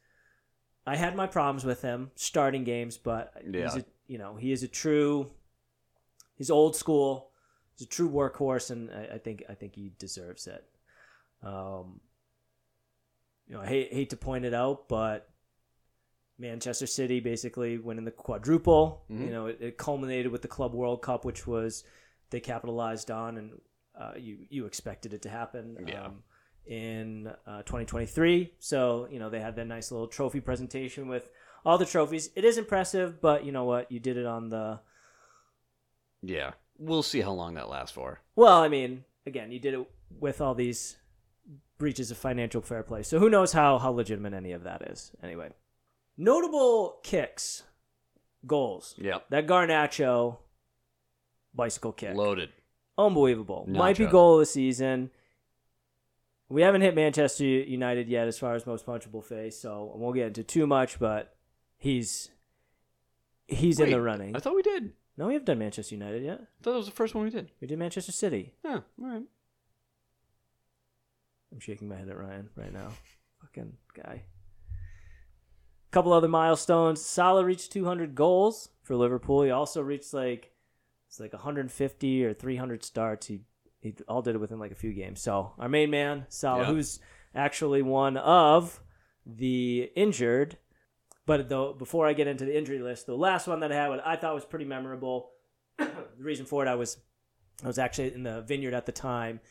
Speaker 1: I had my problems with him starting games, but he's
Speaker 2: Yeah.
Speaker 1: a, you know he is a true. He's old school. He's a true workhorse, and I, I think I think he deserves it. Um, you know, I hate hate to point it out, but Manchester City basically winning the quadruple.
Speaker 2: Mhm.
Speaker 1: You know, it, it culminated with the Club World Cup, which was they capitalized on, and uh, you you expected it to happen.
Speaker 2: Yeah.
Speaker 1: Um, in uh, 2023, so you know they had their nice little trophy presentation with all the trophies. It is impressive, but you know what? You did it on the
Speaker 2: Yeah, we'll see how long that lasts for.
Speaker 1: Well, I mean, again, you did it with all these breaches of financial fair play. So who knows how how legitimate any of that is. Anyway, notable kicks, goals.
Speaker 2: Yep,
Speaker 1: That Garnacho bicycle kick.
Speaker 2: loaded.
Speaker 1: Unbelievable. Might be
Speaker 2: Nacho.
Speaker 1: goal of the season. We haven't hit Manchester United yet as far as most punchable face, so I won't get into too much, but he's he's in
Speaker 2: Wait,
Speaker 1: the running.
Speaker 2: I thought we did. I
Speaker 1: no, we haven't done Manchester United yet.
Speaker 2: thought that was the first one we did.
Speaker 1: We did Manchester City.
Speaker 2: Yeah, all right.
Speaker 1: I'm shaking my head at Ryan right now. Fucking guy. Couple other milestones. Salah reached 200 goals for Liverpool. He also reached like it's like 150 or 300 starts. He he all did it within like a few games. So our main man Salah,
Speaker 2: Yeah.
Speaker 1: who's actually one of the injured. But though before I get into the injury list, the last one that I had, what I thought was pretty memorable, the reason for it, I was I was actually in the vineyard at the time,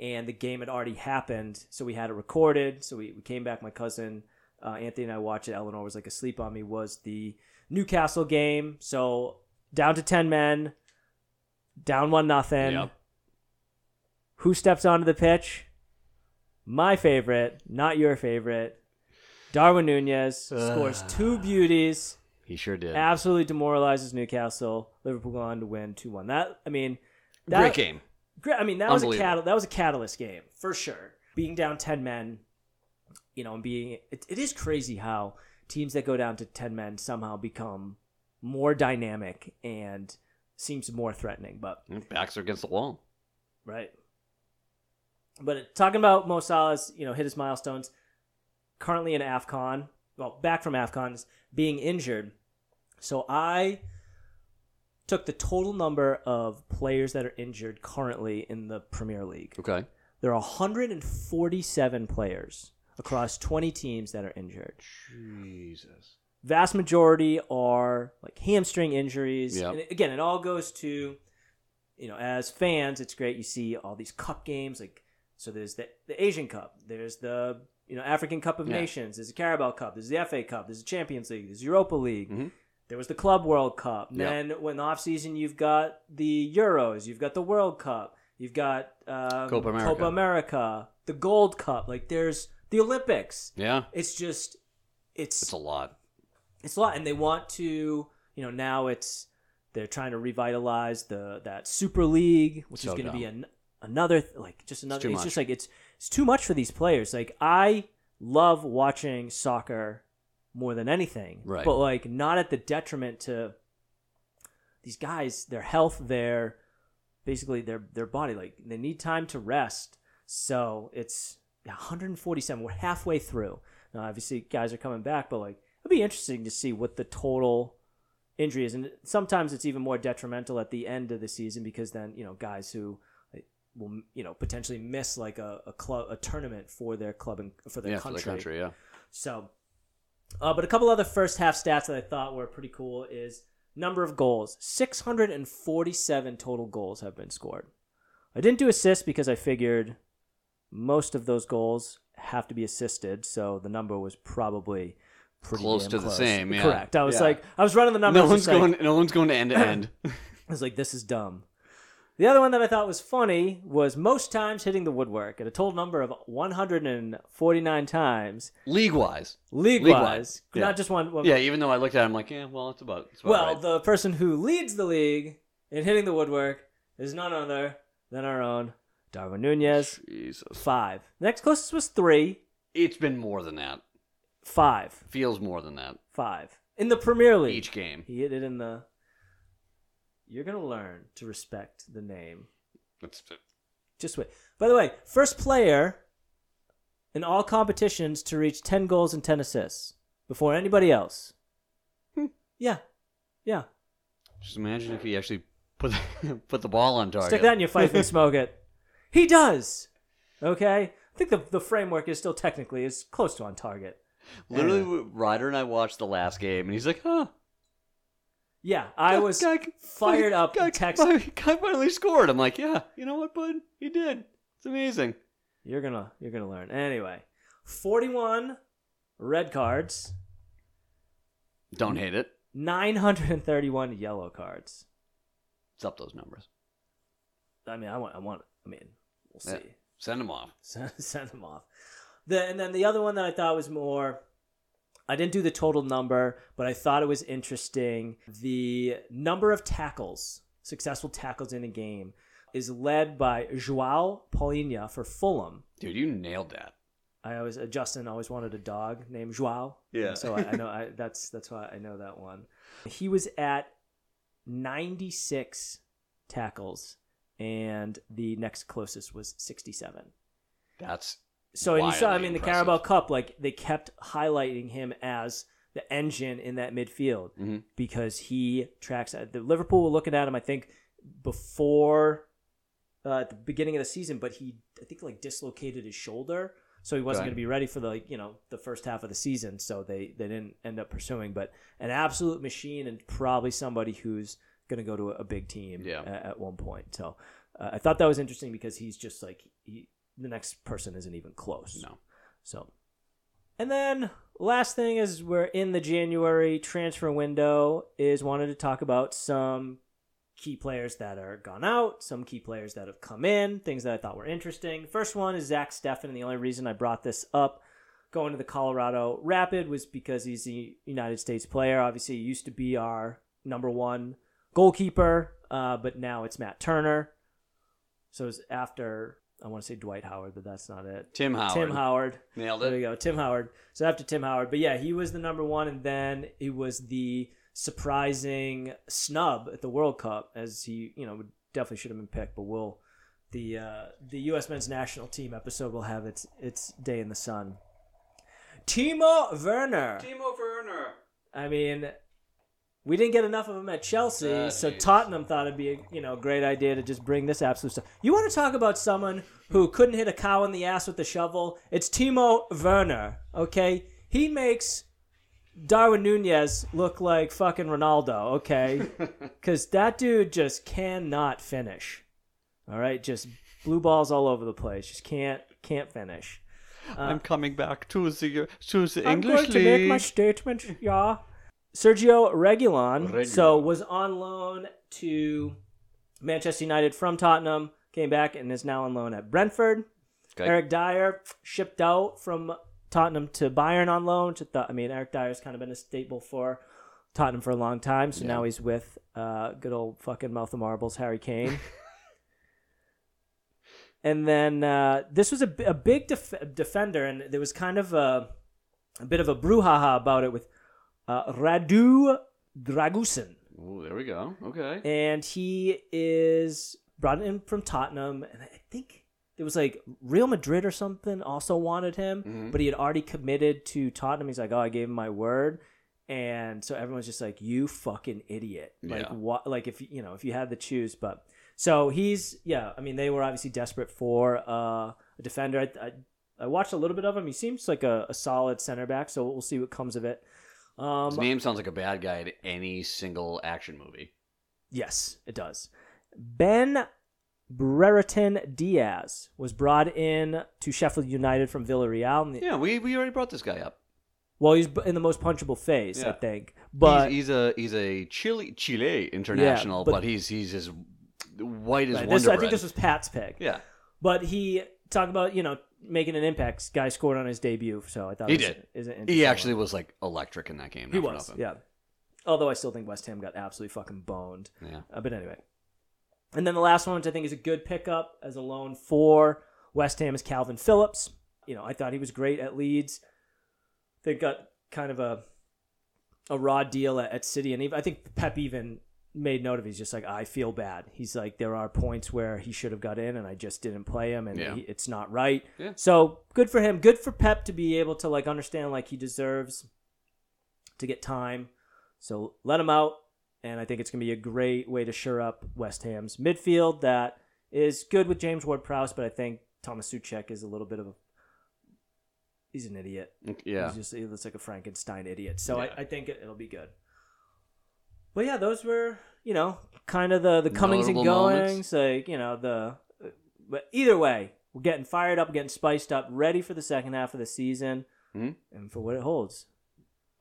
Speaker 1: and the game had already happened, so we had it recorded. So we, we came back. My cousin uh, Anthony and I watched it. Eleanor was like asleep on me. Was the Newcastle game? So down to ten men, down one nothing.
Speaker 2: Yep.
Speaker 1: Who steps onto the pitch? My favorite, not your favorite. Darwin Nunez scores two beauties
Speaker 2: He sure did.
Speaker 1: absolutely demoralizes Newcastle. Liverpool go on to win two one. That I mean, that,
Speaker 2: Great game.
Speaker 1: Great, I mean that was a
Speaker 2: Unbelievable.
Speaker 1: catal- that was a catalyst game for sure. Being down ten men, you know, and being it, it is crazy how teams that go down to ten men somehow become more dynamic and seems more threatening. But
Speaker 2: Backs are against the wall.
Speaker 1: right, but talking about Mo Salah's, you know, hit his milestones. Currently in Afcon, well, back from Afcon, is being injured. So I took the total number of players that are injured currently in the Premier League.
Speaker 2: Okay.
Speaker 1: There are 147 players across 20 teams that are injured.
Speaker 2: Jesus.
Speaker 1: Vast majority are like hamstring injuries.
Speaker 2: Yep.
Speaker 1: And again, it all goes to, you know, as fans, it's great you see all these cup games. Like, so there's the, the Asian Cup, there's the, you know, African Cup of
Speaker 2: Yeah.
Speaker 1: Nations, there's the Carabao Cup, there's the FA Cup, there's the Champions League, there's Europa League.
Speaker 2: Mhm.
Speaker 1: There was the Club World Cup.
Speaker 2: Yep.
Speaker 1: Then when the off season, you've got the Euros, you've got the World Cup, you've got um,
Speaker 2: Copa America.
Speaker 1: Copa America, the Gold Cup. Like there's the Olympics.
Speaker 2: Yeah.
Speaker 1: It's just it's
Speaker 2: It's a lot.
Speaker 1: it's a lot, and they want to you know now it's they're trying to revitalize the that Super League, which
Speaker 2: So
Speaker 1: is going to be
Speaker 2: dumb.
Speaker 1: an, another th- like just another.
Speaker 2: too
Speaker 1: It's,
Speaker 2: much.
Speaker 1: just like it's it's too much for these players. Like I love watching soccer more than anything,
Speaker 2: Right.
Speaker 1: But like not at the detriment to these guys, their health, their basically their their body. Like they need time to rest. So it's 147. We're halfway through. Now, obviously, guys are coming back, but like it'd be interesting to see what the total injury is. And sometimes it's even more detrimental at the end of the season because then you know guys who like, will you know potentially miss like a a, club, a tournament for their club and for their
Speaker 2: yeah,
Speaker 1: country.
Speaker 2: for the country. Yeah.
Speaker 1: So, uh, but a couple other first half stats that I thought were pretty cool is number of goals. 647 total goals have been scored. I didn't do assists because I figured most of those goals have to be assisted, so the number was probably pretty
Speaker 2: Close
Speaker 1: damn
Speaker 2: to the same, yeah.
Speaker 1: Correct. I was
Speaker 2: Yeah.
Speaker 1: like, I was running the numbers.
Speaker 2: No one's
Speaker 1: it's like-
Speaker 2: going. No one's going to end to end.
Speaker 1: I was like, this is dumb. The other one that I thought was funny was most times hitting the woodwork at a total number of 149 times
Speaker 2: League wise.
Speaker 1: league wise,
Speaker 2: League-wise, yeah.
Speaker 1: not just one. one
Speaker 2: Yeah. Even though I looked at, it, I'm like, yeah. Well, it's about. It's about
Speaker 1: Well,
Speaker 2: right.
Speaker 1: the person who leads the league in hitting the woodwork is none other than our own Darwin Nunez.
Speaker 2: Jesus.
Speaker 1: Five. Next closest was three.
Speaker 2: It's been more than that.
Speaker 1: Five.
Speaker 2: Feels more than that.
Speaker 1: Five. In the Premier League.
Speaker 2: Each game.
Speaker 1: He hit it in the. You're going to learn to respect the name.
Speaker 2: It's,
Speaker 1: Just wait. By the way, first player in all competitions to reach 10 goals and 10 assists before anybody else.
Speaker 2: Hmm.
Speaker 1: Yeah. Yeah.
Speaker 2: just imagine if he actually put the, put the ball on target.
Speaker 1: Stick that in your fife and smoke it. He does. Okay. I think the the framework is still technically is close to on target.
Speaker 2: Literally,
Speaker 1: Yeah.
Speaker 2: w- Ryder and I watched the last game, and he's like, "Huh."
Speaker 1: Yeah, I was
Speaker 2: Guy- guy-
Speaker 1: fired up
Speaker 2: Guy,
Speaker 1: and text.
Speaker 2: guy, guy finally scored. I'm like, "Yeah, you know what, bud? He did. It's amazing."
Speaker 1: You're gonna you're gonna learn anyway. Forty one red cards,
Speaker 2: Don't hate it.
Speaker 1: nine hundred and thirty one yellow cards.
Speaker 2: It's up those numbers.
Speaker 1: I mean, I want I want. I mean, we'll see.
Speaker 2: Yeah. Send him off.
Speaker 1: send, send them off. The, and then the other one that I thought was more, I didn't do the total number, but I thought it was interesting. The number of tackles, successful tackles in a game, is led by Joao Paulina for Fulham.
Speaker 2: Dude, you nailed that.
Speaker 1: I always uh, Justin always wanted a dog named Joao.
Speaker 2: Yeah.
Speaker 1: And So I, I know I, that's that's why I know that one. He was at 96 tackles, and the next closest was 67.
Speaker 2: That's
Speaker 1: So and you saw, I
Speaker 2: Wildly
Speaker 1: mean, the
Speaker 2: impressive.
Speaker 1: Carabao Cup, like they kept highlighting him as the engine in that midfield
Speaker 2: Mhm.
Speaker 1: because he tracks. uh, The Liverpool were looking at him, I think, before uh, at the beginning of the season, but he, I think, like dislocated his shoulder, so he wasn't
Speaker 2: Right.
Speaker 1: going to be ready for the, like, you know, the first half of the season. So they they didn't end up pursuing, but an absolute machine and probably somebody who's going to go to a, a big team
Speaker 2: Yeah.
Speaker 1: a- at, one point. So uh, I thought that was interesting because he's just like he, the next person isn't even close.
Speaker 2: No.
Speaker 1: So, and then last thing is we're in the January transfer window. Is wanted to talk about some key players that are gone out, some key players that have come in, things that I thought were interesting. First one is Zach Steffen, and the only reason I brought this up going to the Colorado Rapid was because he's a United States player. Obviously, he used to be our number one goalkeeper, uh, but now it's Matt Turner. So it's after I want to say Dwight Howard, but that's not it.
Speaker 2: Tim Howard.
Speaker 1: Tim Howard.
Speaker 2: Nailed
Speaker 1: There we
Speaker 2: it.
Speaker 1: go. Tim Howard. So after Tim Howard, but yeah, he was the number one, and then he was the surprising snub at the World Cup, as he you know would- definitely should have been picked. But we'll the uh, the U.S. men's national team episode will have its its day in the sun. Timo Werner.
Speaker 2: Timo Werner.
Speaker 1: I mean, we didn't get enough of him at Chelsea,
Speaker 2: Ah,
Speaker 1: so
Speaker 2: jeez.
Speaker 1: Tottenham thought it'd be a you know great idea to just bring this absolute stuff. You want to talk about someone who couldn't hit a cow in the ass with a shovel? It's Timo Werner. Okay, he makes Darwin Nunez look like fucking Ronaldo. Okay, because that dude just cannot finish. All right, just blue balls all over the place. Just can't can't finish.
Speaker 3: I'm coming back to the to the
Speaker 1: Uh, I'm
Speaker 3: English
Speaker 1: going to make my
Speaker 3: league.
Speaker 1: statement, yeah. Sergio Reguilon,
Speaker 2: Reguilon.
Speaker 1: so was on loan to Manchester United from Tottenham, came back and is now on loan at Brentford.
Speaker 2: Okay.
Speaker 1: Eric Dyer shipped out from Tottenham to Bayern on loan. Which I, thought, I mean, Eric Dyer's kind of been a staple for Tottenham for a long time, so
Speaker 2: Yeah.
Speaker 1: now he's with uh, good old fucking mouth of marbles Harry Kane. and then uh, this was a, b- a big def- defender, and there was kind of a, a bit of a brouhaha about it with uh, Radu Dragusin
Speaker 2: Ooh, there we go. Okay.
Speaker 1: and he is brought in from Tottenham, and I think it was like Real Madrid or something also wanted him,
Speaker 2: Mhm.
Speaker 1: but he had already committed to Tottenham. He's like, "Oh, I gave him my word," and so everyone's just like, "You fucking idiot!" Like
Speaker 2: Yeah.
Speaker 1: what? Like if you know if you had the choose, but so he's yeah. I mean, they were obviously desperate for uh, a defender. I, I, I watched a little bit of him. He seems like a, a solid center back, so we'll see what comes of it. Um,
Speaker 2: His name sounds like a bad guy in any single action movie.
Speaker 1: Yes, it does. Ben Brereton Diaz was brought in to Sheffield United from Villarreal. And the-
Speaker 2: Yeah, we, we already brought this guy up.
Speaker 1: Well, he's in the most punchable phase, I
Speaker 2: Yeah.
Speaker 1: think. But
Speaker 2: he's, he's a he's a Chile Chile international,
Speaker 1: but-
Speaker 2: but, he's he's as white as
Speaker 1: Right,
Speaker 2: Wonder
Speaker 1: this, I think
Speaker 2: Bread.
Speaker 1: this was Pat's pick.
Speaker 2: yeah,
Speaker 1: But he talked about you know making an impact. This Guy scored on his debut, so I thought
Speaker 2: He
Speaker 1: it was-
Speaker 2: did.
Speaker 1: Is an interesting
Speaker 2: he
Speaker 1: one.
Speaker 2: actually was like electric in that game.
Speaker 1: he
Speaker 2: not for
Speaker 1: was
Speaker 2: nothing.
Speaker 1: yeah. Although I still think West Ham got absolutely fucking boned.
Speaker 2: yeah.
Speaker 1: Uh, but anyway. And then the last one, which I think is a good pickup as a loan for West Ham, is Calvin Phillips. You know, I thought he was great at Leeds. They got kind of a a raw deal at, at City, and even, I think Pep even made note of. it. He's just like, I feel bad. He's like, there are points where he should have got in, and I just didn't play him, and
Speaker 2: Yeah.
Speaker 1: he, it's not right.
Speaker 2: Yeah.
Speaker 1: So good for him. Good for Pep to be able to like understand like he deserves to get time. So let him out, and I think it's going to be a great way to shore up West Ham's midfield that is good with James Ward-Prowse, but I think Thomas Suchek is a little bit of a he's an idiot.
Speaker 2: Yeah.
Speaker 1: He's just he looks like a Frankenstein idiot. So
Speaker 2: Yeah.
Speaker 1: I, I think it, it'll be good. But yeah, those were you know kind of the the comings
Speaker 2: Notable
Speaker 1: and goings.
Speaker 2: moments.
Speaker 1: Like you know the, but either way, we're getting fired up, getting spiced up, ready for the second half of the season,
Speaker 2: Mhm.
Speaker 1: and for what it holds.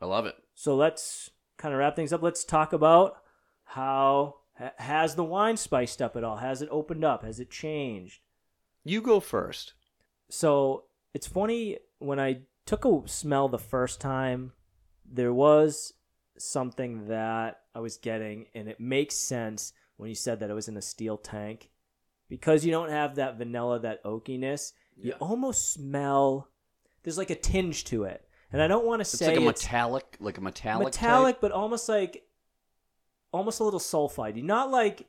Speaker 2: I love it.
Speaker 1: So let's kind of wrap things up. Let's talk about how ha- has the wine spiced up at all? Has it opened up? Has it changed?
Speaker 2: You go first.
Speaker 1: so it's funny when I took a smell the first time, there was something that I was getting, and it makes sense when you said that it was in a steel tank because you don't have that vanilla, that oakiness. You
Speaker 2: Yeah.
Speaker 1: almost smell. There's like a tinge to it, and I don't want to
Speaker 2: It's
Speaker 1: say
Speaker 2: like a
Speaker 1: it's-
Speaker 2: metallic, like a metallic,
Speaker 1: metallic, but almost like almost a little sulfidey. Not like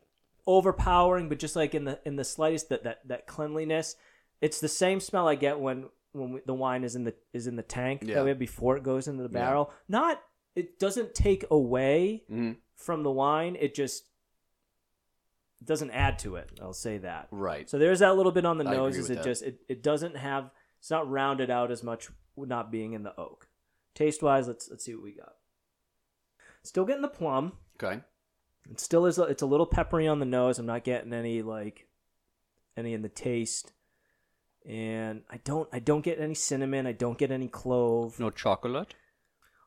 Speaker 1: overpowering, but just like in the in the slightest that that, that cleanliness. It's the same smell I get when when we, the wine is in the is in the tank
Speaker 2: Yeah.
Speaker 1: that we have before it goes into the
Speaker 2: Yeah.
Speaker 1: barrel. Not it doesn't take away
Speaker 2: hmm
Speaker 1: from the wine. It just doesn't add to it. I'll say that.
Speaker 2: Right.
Speaker 1: So there's that little bit on the
Speaker 2: I agree
Speaker 1: nose. Is
Speaker 2: with
Speaker 1: it
Speaker 2: that.
Speaker 1: just it, it doesn't have it's not rounded out as much with not being in the oak. Taste wise, let's let's see what we got. Still getting the plum,
Speaker 2: okay.
Speaker 1: It still is. It's a little peppery on the nose. I'm not getting any like any in the taste, and I don't. I don't get any cinnamon. I don't get any clove.
Speaker 3: No chocolate.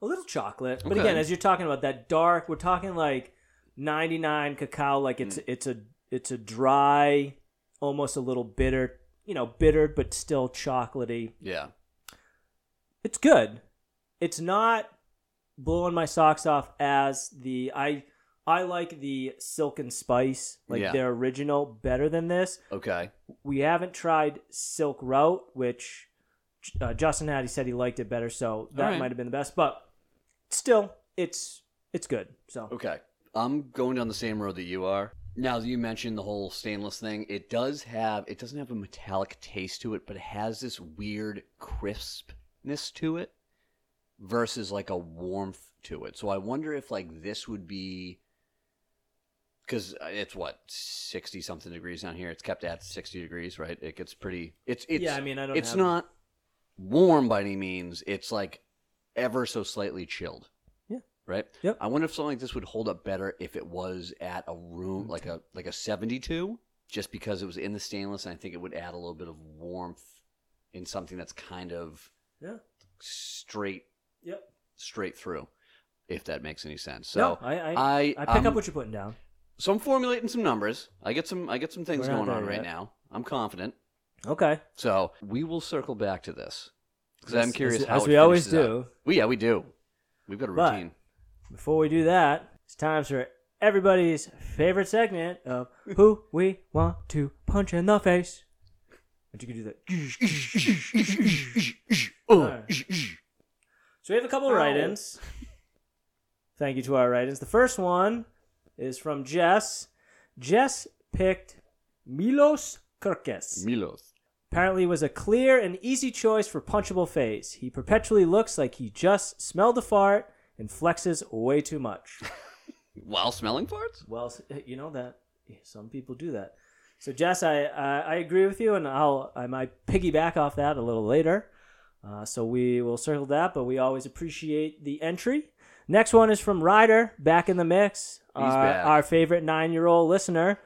Speaker 1: A little chocolate, but
Speaker 2: Okay.
Speaker 1: again, as you're talking about that dark, we're talking like 99 cacao. Like
Speaker 2: Mm.
Speaker 1: it's it's a it's a dry, almost a little bitter. You know, bitter but still chocolatey.
Speaker 2: Yeah.
Speaker 1: It's good. It's not blowing my socks off as the I I like the Silk and Spice, like
Speaker 2: Yeah.
Speaker 1: their original better than this.
Speaker 2: Okay.
Speaker 1: We haven't tried Silk Route, which uh, Justin had he said he liked it better, so that
Speaker 2: Alright.
Speaker 1: might have been the best, but still it's it's good. So
Speaker 2: Okay. I'm going down the same road that you are. Now that you mentioned the whole stainless thing, it does have it doesn't have a metallic taste to it, but it has this weird crispness to it versus like a warmth to it. So I wonder if like this would be cuz it's what 60 something degrees down here. It's kept at 60 degrees, right? It gets pretty it's it's
Speaker 1: yeah, I mean I don't
Speaker 2: it's
Speaker 1: have-
Speaker 2: not warm by any means. It's like ever so slightly chilled.
Speaker 1: Yeah.
Speaker 2: Right.
Speaker 1: Yep.
Speaker 2: I wonder if something like this would hold up better if it was at a
Speaker 1: Mm.
Speaker 2: room like a like a seventy two, just because it was in the stainless, and I think it would add a little bit of warmth in something that's kind of
Speaker 1: Yeah.
Speaker 2: straight
Speaker 1: Yep.
Speaker 2: straight through, if that makes any sense.
Speaker 1: no,
Speaker 2: So
Speaker 1: I I, I,
Speaker 2: I
Speaker 1: pick
Speaker 2: um, I'm-
Speaker 1: up what you're putting down.
Speaker 2: so I'm formulating some numbers. I get some I get some things
Speaker 1: We're not
Speaker 2: going on
Speaker 1: there
Speaker 2: right
Speaker 1: yet.
Speaker 2: now. I'm confident.
Speaker 1: Okay.
Speaker 2: So we will circle back to this because
Speaker 1: As-
Speaker 2: I'm curious.
Speaker 1: as,
Speaker 2: how
Speaker 1: as
Speaker 2: it
Speaker 1: we always
Speaker 2: finishes
Speaker 1: do.
Speaker 2: up. We yeah, we do. We've got a
Speaker 1: But-
Speaker 2: routine.
Speaker 1: Before we do that, it's time for everybody's favorite segment of who we want to punch in the face. But you can do that.
Speaker 2: Oh,
Speaker 1: So we have a couple write-ins. Thank you to our write-ins. The first one is from Jess. Jess picked Milos Kirkes.
Speaker 2: Milos.
Speaker 1: Apparently was a clear and easy choice for punchable face. He perpetually looks like he just smelled a fart and flexes way too much.
Speaker 2: While smelling farts?
Speaker 1: Well, s- you know that some people do that. So Jess, I I, I agree with you, and I'll I might piggyback off that a little later. Uh, so we will circle that, but we always appreciate the entry. Next one is from Ryder, back in the mix,
Speaker 2: He's
Speaker 1: our,
Speaker 2: back.
Speaker 1: our favorite nine-year-old listener.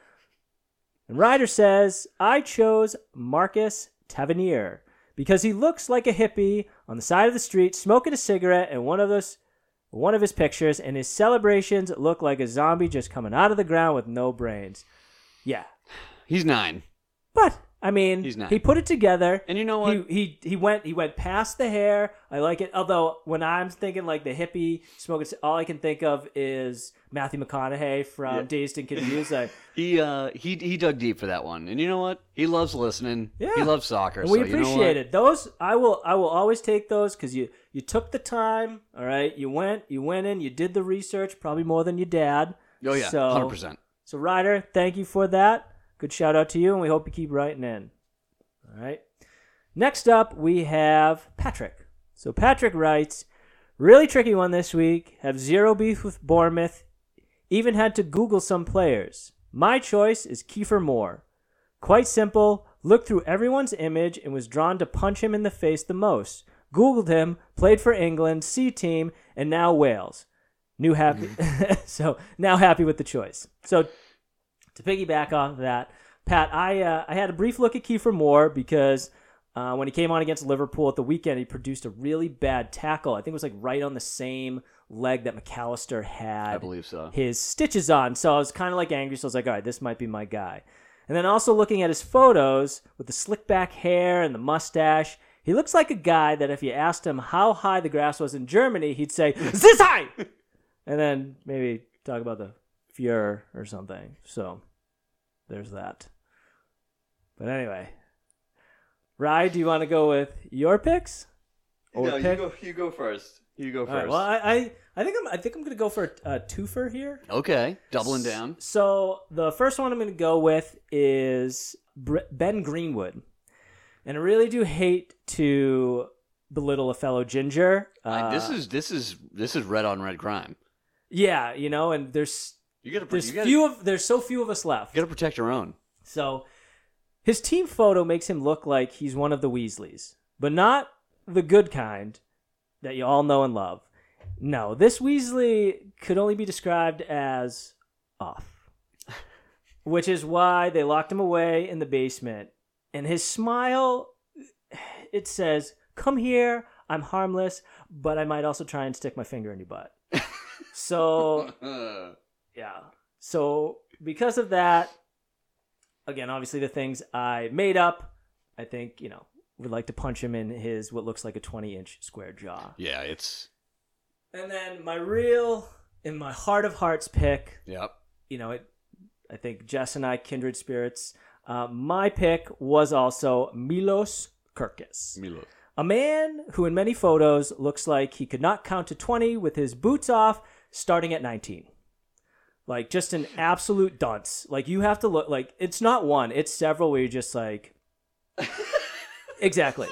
Speaker 1: And Ryder says, "I chose Marcus Tavernier because he looks like a hippie on the side of the street smoking a cigarette and one of those one of his pictures, and his celebrations look like a zombie just coming out of the ground with no brains. Yeah,
Speaker 2: He's nine.
Speaker 1: but I mean,
Speaker 2: He's not.
Speaker 1: he put it together.
Speaker 2: And you know what?
Speaker 1: He, he he went he went past the hair. I like it. Although when I'm thinking like the hippie smoking, c- all I can think of is Matthew McConaughey from
Speaker 2: Yeah.
Speaker 1: Dazed and Confused. Like,
Speaker 2: He uh he he dug deep for that one. And you know what? He loves listening.
Speaker 1: Yeah.
Speaker 2: He loves soccer.
Speaker 1: and
Speaker 2: so
Speaker 1: we
Speaker 2: you know
Speaker 1: appreciate
Speaker 2: what?
Speaker 1: it. Those I will I will always take those because you you took the time. All right, you went you went in. You did the research, probably more than your dad.
Speaker 2: Oh yeah,
Speaker 1: So-
Speaker 2: hundred percent.
Speaker 1: So, Ryder, thank you for that. Good shout out to you, and we hope you keep writing in. All right. Next up, we have Patrick. So, Patrick writes Really tricky one this week. Have zero beef with Bournemouth. Even had to Google some players. My choice is Kiefer Moore. Quite simple. Looked through everyone's image and was drawn to punch him in the face the most. Googled him, played for England, C team, and now Wales. New happy.
Speaker 2: Mm-hmm.
Speaker 1: so now happy with the choice. So to piggyback off of that, Pat, I uh, I had a brief look at Kiefer Moore because uh, when he came on against Liverpool at the weekend, he produced a really bad tackle. I think it was like right on the same leg that McAllister had
Speaker 2: I believe so.
Speaker 1: his stitches on. So I was kind of like angry. So I was like, all right, this might be my guy. And then also looking at his photos with the slick back hair and the mustache, he looks like a guy that if you asked him how high the grass was in Germany, he'd say, this high! and then maybe talk about the Fuhrer or something. So there's that. But anyway, Rye, do you want to go with your picks? Or pick?
Speaker 2: you go first. You go
Speaker 1: All right, well, I, I, I think I'm I think I'm gonna go for a, a twofer here.
Speaker 2: okay. Doubling down.
Speaker 1: So the first one I'm going to go with is Br- Ben Greenwood, and I really do hate to belittle a fellow ginger.
Speaker 2: I- this
Speaker 1: Uh,
Speaker 2: is this is this is red on red crime.
Speaker 1: yeah, you know, and there's
Speaker 2: You gotta,
Speaker 1: there's
Speaker 2: you gotta,
Speaker 1: few of there's so few of us left.
Speaker 2: you gotta protect your own.
Speaker 1: So his team photo makes him look like he's one of the Weasleys, but not the good kind that you all know and love. No, this Weasley could only be described as off, which is why they locked him away in the basement. And his smile, it says, "Come here, I'm harmless, but I might also try and stick my finger in your butt." so yeah. So because of that, again, obviously the things I made up, I think you know would like to punch him in his what looks like a twenty-inch square jaw.
Speaker 2: yeah, it's
Speaker 1: And then my real, in my heart of hearts, pick.
Speaker 2: yep.
Speaker 1: You know, it. I think Jess and I kindred spirits. Uh, my pick was also Milos Kirkis.
Speaker 2: Milo.
Speaker 1: A man who, in many photos, looks like he could not count to 20 with his boots off, starting at 19. Like, just an absolute dunce. Like, you have to look, like, it's not one, it's several where you're just like. exactly.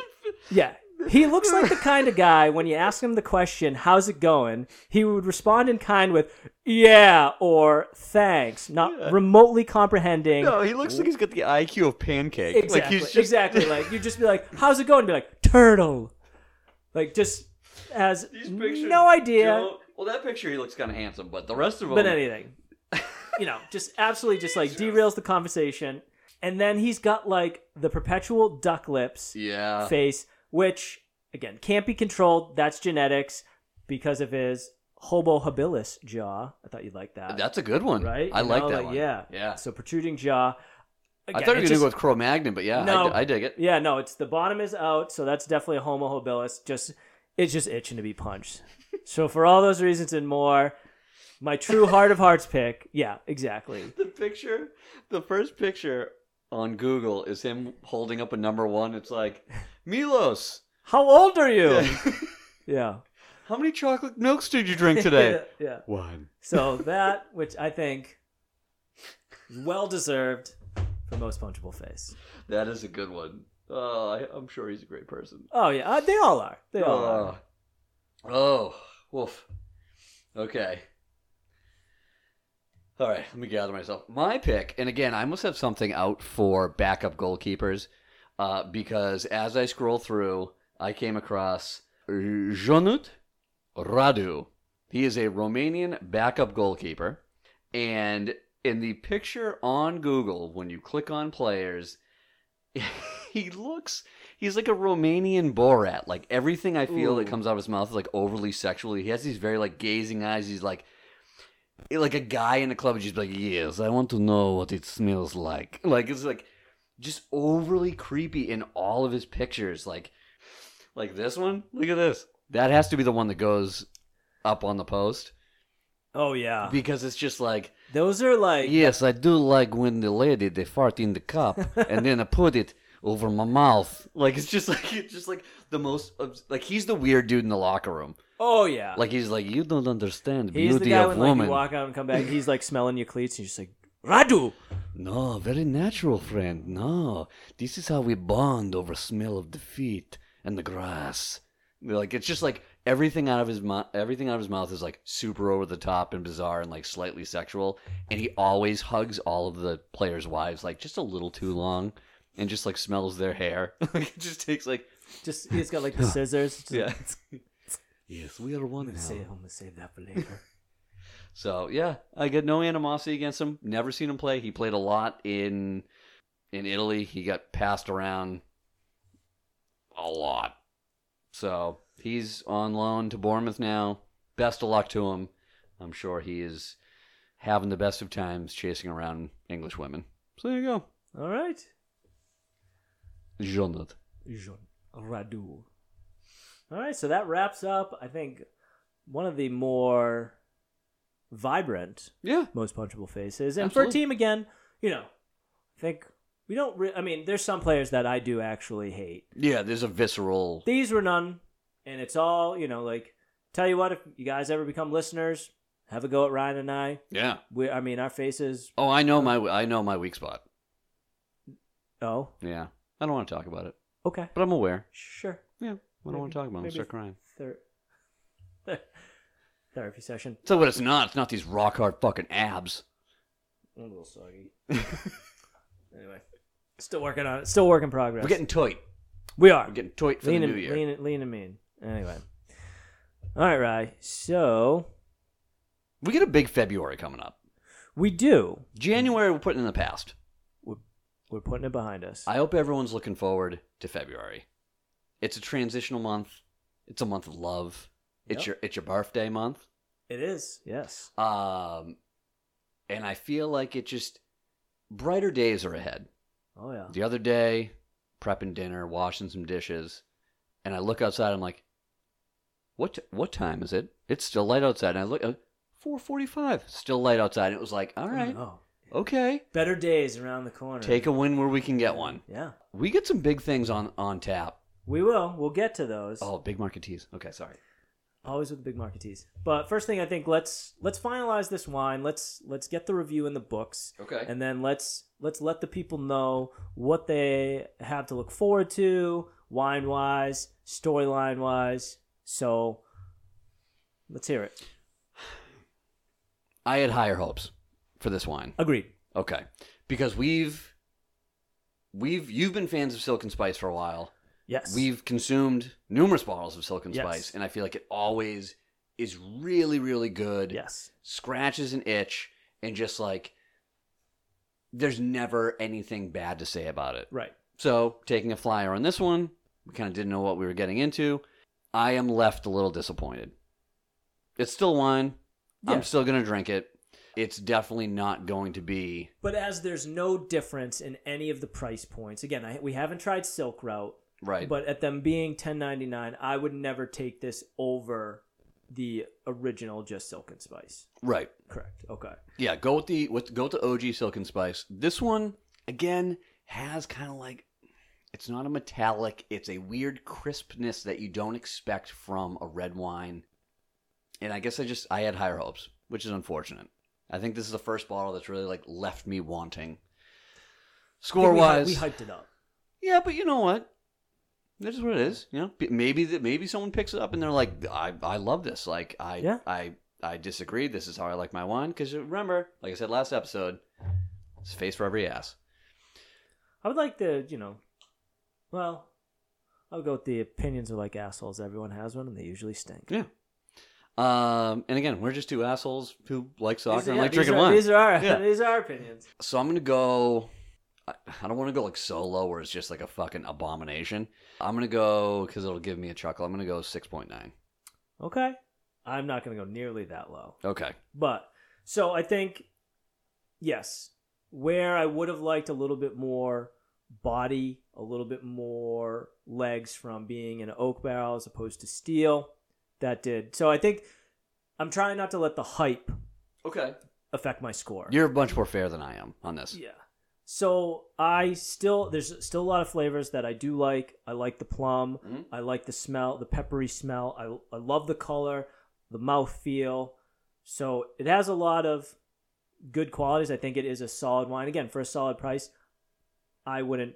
Speaker 1: Yeah. He looks like the kind of guy, when you ask him the question, how's it going? He would respond in kind with, yeah, or thanks, not remotely comprehending.
Speaker 3: No, he looks like he's got the IQ of pancake.
Speaker 1: Exactly.
Speaker 3: Like he's just,
Speaker 1: exactly. Like you'd just be like, "How's it going?" And be like, "Turtle." Like just has no idea,
Speaker 2: well, that picture he looks kind of handsome, but the rest of them.
Speaker 1: but anything. you know, just absolutely just like derails the conversation, and then he's got like the perpetual duck lips
Speaker 2: yeah,
Speaker 1: face, which again can't be controlled. That's genetics because of his hobo habilis jaw. I thought you'd like that.
Speaker 2: that's a good one.
Speaker 1: right?
Speaker 2: I
Speaker 1: You
Speaker 2: like
Speaker 1: know,
Speaker 2: that one.
Speaker 1: Yeah,
Speaker 2: yeah.
Speaker 1: So protruding jaw.
Speaker 2: I
Speaker 1: Again,
Speaker 2: thought you were
Speaker 1: it
Speaker 2: gonna
Speaker 1: just-
Speaker 2: go with Cro Magnon, but yeah,
Speaker 1: No.
Speaker 2: I, I dig it.
Speaker 1: Yeah, no, it's the bottom is out, so that's definitely a homo habilis. Just it's just itching to be punched. so for all those reasons and more, my true heart of hearts pick. Yeah, exactly.
Speaker 2: The picture, the first picture on Google is him holding up a number one. It's like Milos.
Speaker 1: How old are you? Yeah.
Speaker 3: how many chocolate milks did you drink today?
Speaker 1: yeah.
Speaker 3: One.
Speaker 1: So that, which I think is well deserved for most punchable face.
Speaker 2: That is a good one. Oh, I, I'm sure he's a great person.
Speaker 1: Oh yeah, uh, they all are. They all are.
Speaker 2: Oh. oh, woof. Okay. All right, let me gather myself. My pick, and again, I must have something out for backup goalkeepers uh, because as I scroll through, I came across Jonut Radu. He is a Romanian backup goalkeeper. And in the picture on Google, when you click on players, he looks, he's like a Romanian Borat. Like everything I feel that
Speaker 1: Ooh.
Speaker 2: comes out of his mouth is like overly sexual. He has these very like gazing eyes. He's like, like a guy in a club, and just like, yes, I want to know what it smells like. Like it's like just overly creepy in all of his pictures. Like, like this one. Look at this. That has to be the one that goes up on the post
Speaker 1: Oh yeah,
Speaker 2: because it's just like,
Speaker 1: those are like
Speaker 2: yes, I do like when the lady they fart in the cup and then I put it over my mouth. Like it's just like it's just like the most obs- like he's the weird dude in the locker room.
Speaker 1: oh yeah.
Speaker 2: Like he's like you don't understand beauty
Speaker 1: He's the guy
Speaker 2: of
Speaker 1: when like
Speaker 2: woman.
Speaker 1: you walk out and come back, he's like smelling your cleats, and you're just like Radu.
Speaker 2: No, very natural, friend. No, this is how we bond over smell of the feet and the grass. Like it's just like everything out of his mouth. Everything out of his mouth is like super over the top and bizarre and like slightly sexual. And he always hugs all of the players' wives like just a little too long, and just like smells their hair. like it just takes like
Speaker 1: Just he's got like the scissors. Just,
Speaker 2: yeah. yes, we are one now.
Speaker 1: Say, I'm gonna save that for later.
Speaker 2: So yeah, I get no animosity against him. Never seen him play. He played a lot in in Italy. He got passed around a lot. So he's on loan to Bournemouth now. Best of luck to him. I'm sure he is having the best of times chasing around English women. So there you go.
Speaker 1: All right,
Speaker 2: Jonathan.
Speaker 1: Jean Radu. All right, so that wraps up. I think one of the more vibrant,
Speaker 2: Yeah.
Speaker 1: most punchable faces, and for a
Speaker 2: Absolutely.
Speaker 1: team again, you know, I think we don't. Re- I mean, there's some players that I do actually hate.
Speaker 2: Yeah, there's a visceral
Speaker 1: These were none, and it's all you know. Like, tell you what, if you guys ever become listeners, have a go at Ryan and I.
Speaker 2: Yeah.
Speaker 1: We, I mean, our faces.
Speaker 2: Oh, I know my I know my weak spot.
Speaker 1: Oh,
Speaker 2: Yeah. I don't want to talk about it.
Speaker 1: okay,
Speaker 2: But I'm aware.
Speaker 1: sure.
Speaker 2: Yeah. I don't want to talk about it. I'm
Speaker 1: Maybe-
Speaker 2: start crying.
Speaker 1: Ther- therapy session.
Speaker 2: So what it's not, it's not these rock hard fucking abs.
Speaker 1: I'm a little soggy. anyway, still working on it. Still work in progress.
Speaker 2: We're getting tight.
Speaker 1: we are
Speaker 2: We're getting tight for
Speaker 1: lean,
Speaker 2: the
Speaker 1: and,
Speaker 2: new year.
Speaker 1: lean, and- lean and mean. Anyway, all right, Rye. So
Speaker 2: We get a big February coming up.
Speaker 1: We do.
Speaker 2: January we're putting in the past.
Speaker 1: We're putting it behind us.
Speaker 2: I hope everyone's looking forward to February. It's a transitional month. It's a month of love. It's
Speaker 1: Yep.
Speaker 2: your it's your birthday month.
Speaker 1: it is. Yes.
Speaker 2: Um, and I feel like it just brighter days are ahead.
Speaker 1: Oh yeah.
Speaker 2: The other day, prepping dinner, washing some dishes, and I look outside. I'm like, what t- what time is it? It's still light outside. And I look, uh, four forty five. Still light outside. And it was like, all right,
Speaker 1: Oh,
Speaker 2: okay,
Speaker 1: better days around the corner.
Speaker 2: take a win where we can get one.
Speaker 1: Yeah.
Speaker 2: We get some big things on on tap.
Speaker 1: We will. We'll get to those.
Speaker 2: Oh, big market teas. Okay, sorry.
Speaker 1: Always with the big marketees. But first thing, I think let's let's finalize this wine. Let's let's get the review in the books,
Speaker 2: Okay.
Speaker 1: and then let's let's let the people know what they have to look forward to, wine wise, storyline wise. So let's hear it.
Speaker 2: I had higher hopes for this wine.
Speaker 1: Agreed.
Speaker 2: Okay. Because we've we've you've been fans of Silken Spice for a while.
Speaker 1: Yes.
Speaker 2: We've consumed numerous bottles of Silken
Speaker 1: Yes.
Speaker 2: Spice and I feel like it always is really really good.
Speaker 1: yes.
Speaker 2: Scratches an itch and just like there's never anything bad to say about it.
Speaker 1: Right.
Speaker 2: So, taking a flyer on this one, we kind of didn't know what we were getting into. I am left a little disappointed. It's still wine.
Speaker 1: Yeah.
Speaker 2: I'm still going to drink it. It's definitely not going to be
Speaker 1: But as there's no difference in any of the price points, again, I, we haven't tried Silk Route,
Speaker 2: right.
Speaker 1: but at them being 10.99, I would never take this over the original just Silk and Spice.
Speaker 2: Right.
Speaker 1: Correct. Okay.
Speaker 2: Yeah, go with the with go with the OG Silken Spice. This one again has kind of like it's not a metallic, it's a weird crispness that you don't expect from a red wine. And I guess I just I had higher hopes, which is unfortunate. I think this is the first bottle that's really like left me wanting. Score
Speaker 1: I think
Speaker 2: wise,
Speaker 1: we hy- we hyped it up.
Speaker 2: yeah, but you know what? That is what it is. You know, B- maybe that maybe someone picks it up and they're like, I, I love this. Like I
Speaker 1: Yeah.
Speaker 2: I I disagree. This is how I like my wine. Because remember, like I said last episode, it's face for every ass.
Speaker 1: I would like to, you know, well, I'll go with the opinions are like assholes. Everyone has one, and they usually stink.
Speaker 2: Yeah. Um, and again, we're just two assholes who like soccer
Speaker 1: These are-
Speaker 2: and
Speaker 1: yeah,
Speaker 2: like
Speaker 1: these
Speaker 2: drinking
Speaker 1: are-
Speaker 2: wine.
Speaker 1: These are our
Speaker 2: Yeah.
Speaker 1: these are our opinions.
Speaker 2: So I'm gonna go. I I don't want to go like so low where it's just like a fucking abomination. I'm gonna go because it'll give me a chuckle. I'm gonna go six point nine.
Speaker 1: Okay. I'm not going to go nearly that low.
Speaker 2: Okay.
Speaker 1: But so I think, yes, where I would have liked a little bit more body, a little bit more legs from being in an oak barrel as opposed to steel, that did. So I think I'm trying not to let the hype
Speaker 2: Okay.
Speaker 1: affect my score.
Speaker 2: You're a bunch more fair than I am on this.
Speaker 1: yeah. So I still there's still a lot of flavors that I do like. I like the plum.
Speaker 2: Mhm.
Speaker 1: I like the smell, the peppery smell. I I love the color, the mouth feel. So it has a lot of good qualities. I think it is a solid wine. Again, for a solid price, I wouldn't.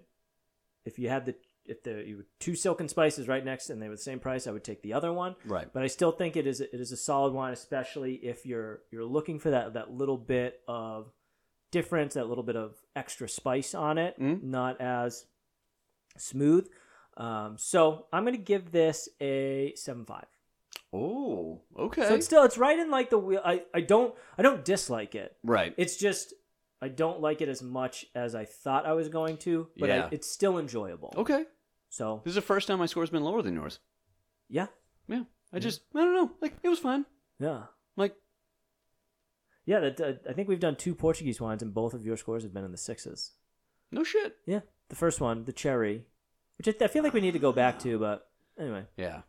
Speaker 1: If you had the if there you were two silken spices right next and they were the same price, I would take the other one.
Speaker 2: Right.
Speaker 1: But I still think it is it is a solid wine, especially if you're you're looking for that that little bit of difference, that little bit of extra spice on it,
Speaker 2: Mm.
Speaker 1: not as smooth. Um, so I'm gonna give this a seven five.
Speaker 2: Oh, okay.
Speaker 1: So it's still it's right in like the wheel. I, I don't I don't dislike it.
Speaker 2: right.
Speaker 1: It's just I don't like it as much as I thought I was going to, but I,
Speaker 2: Yeah.
Speaker 1: it's still enjoyable.
Speaker 2: okay.
Speaker 1: So
Speaker 2: This is the first time my score's been lower than yours.
Speaker 1: yeah,
Speaker 2: Yeah. I just, I don't know. Like, it was fine.
Speaker 1: yeah,
Speaker 2: Like,
Speaker 1: yeah. That, that- I think we've done two Portuguese wines, and both of your scores have been in the sixes.
Speaker 2: no shit.
Speaker 1: Yeah, the first one, the cherry, which I, I feel like we need to go back to, but anyway.
Speaker 2: Yeah.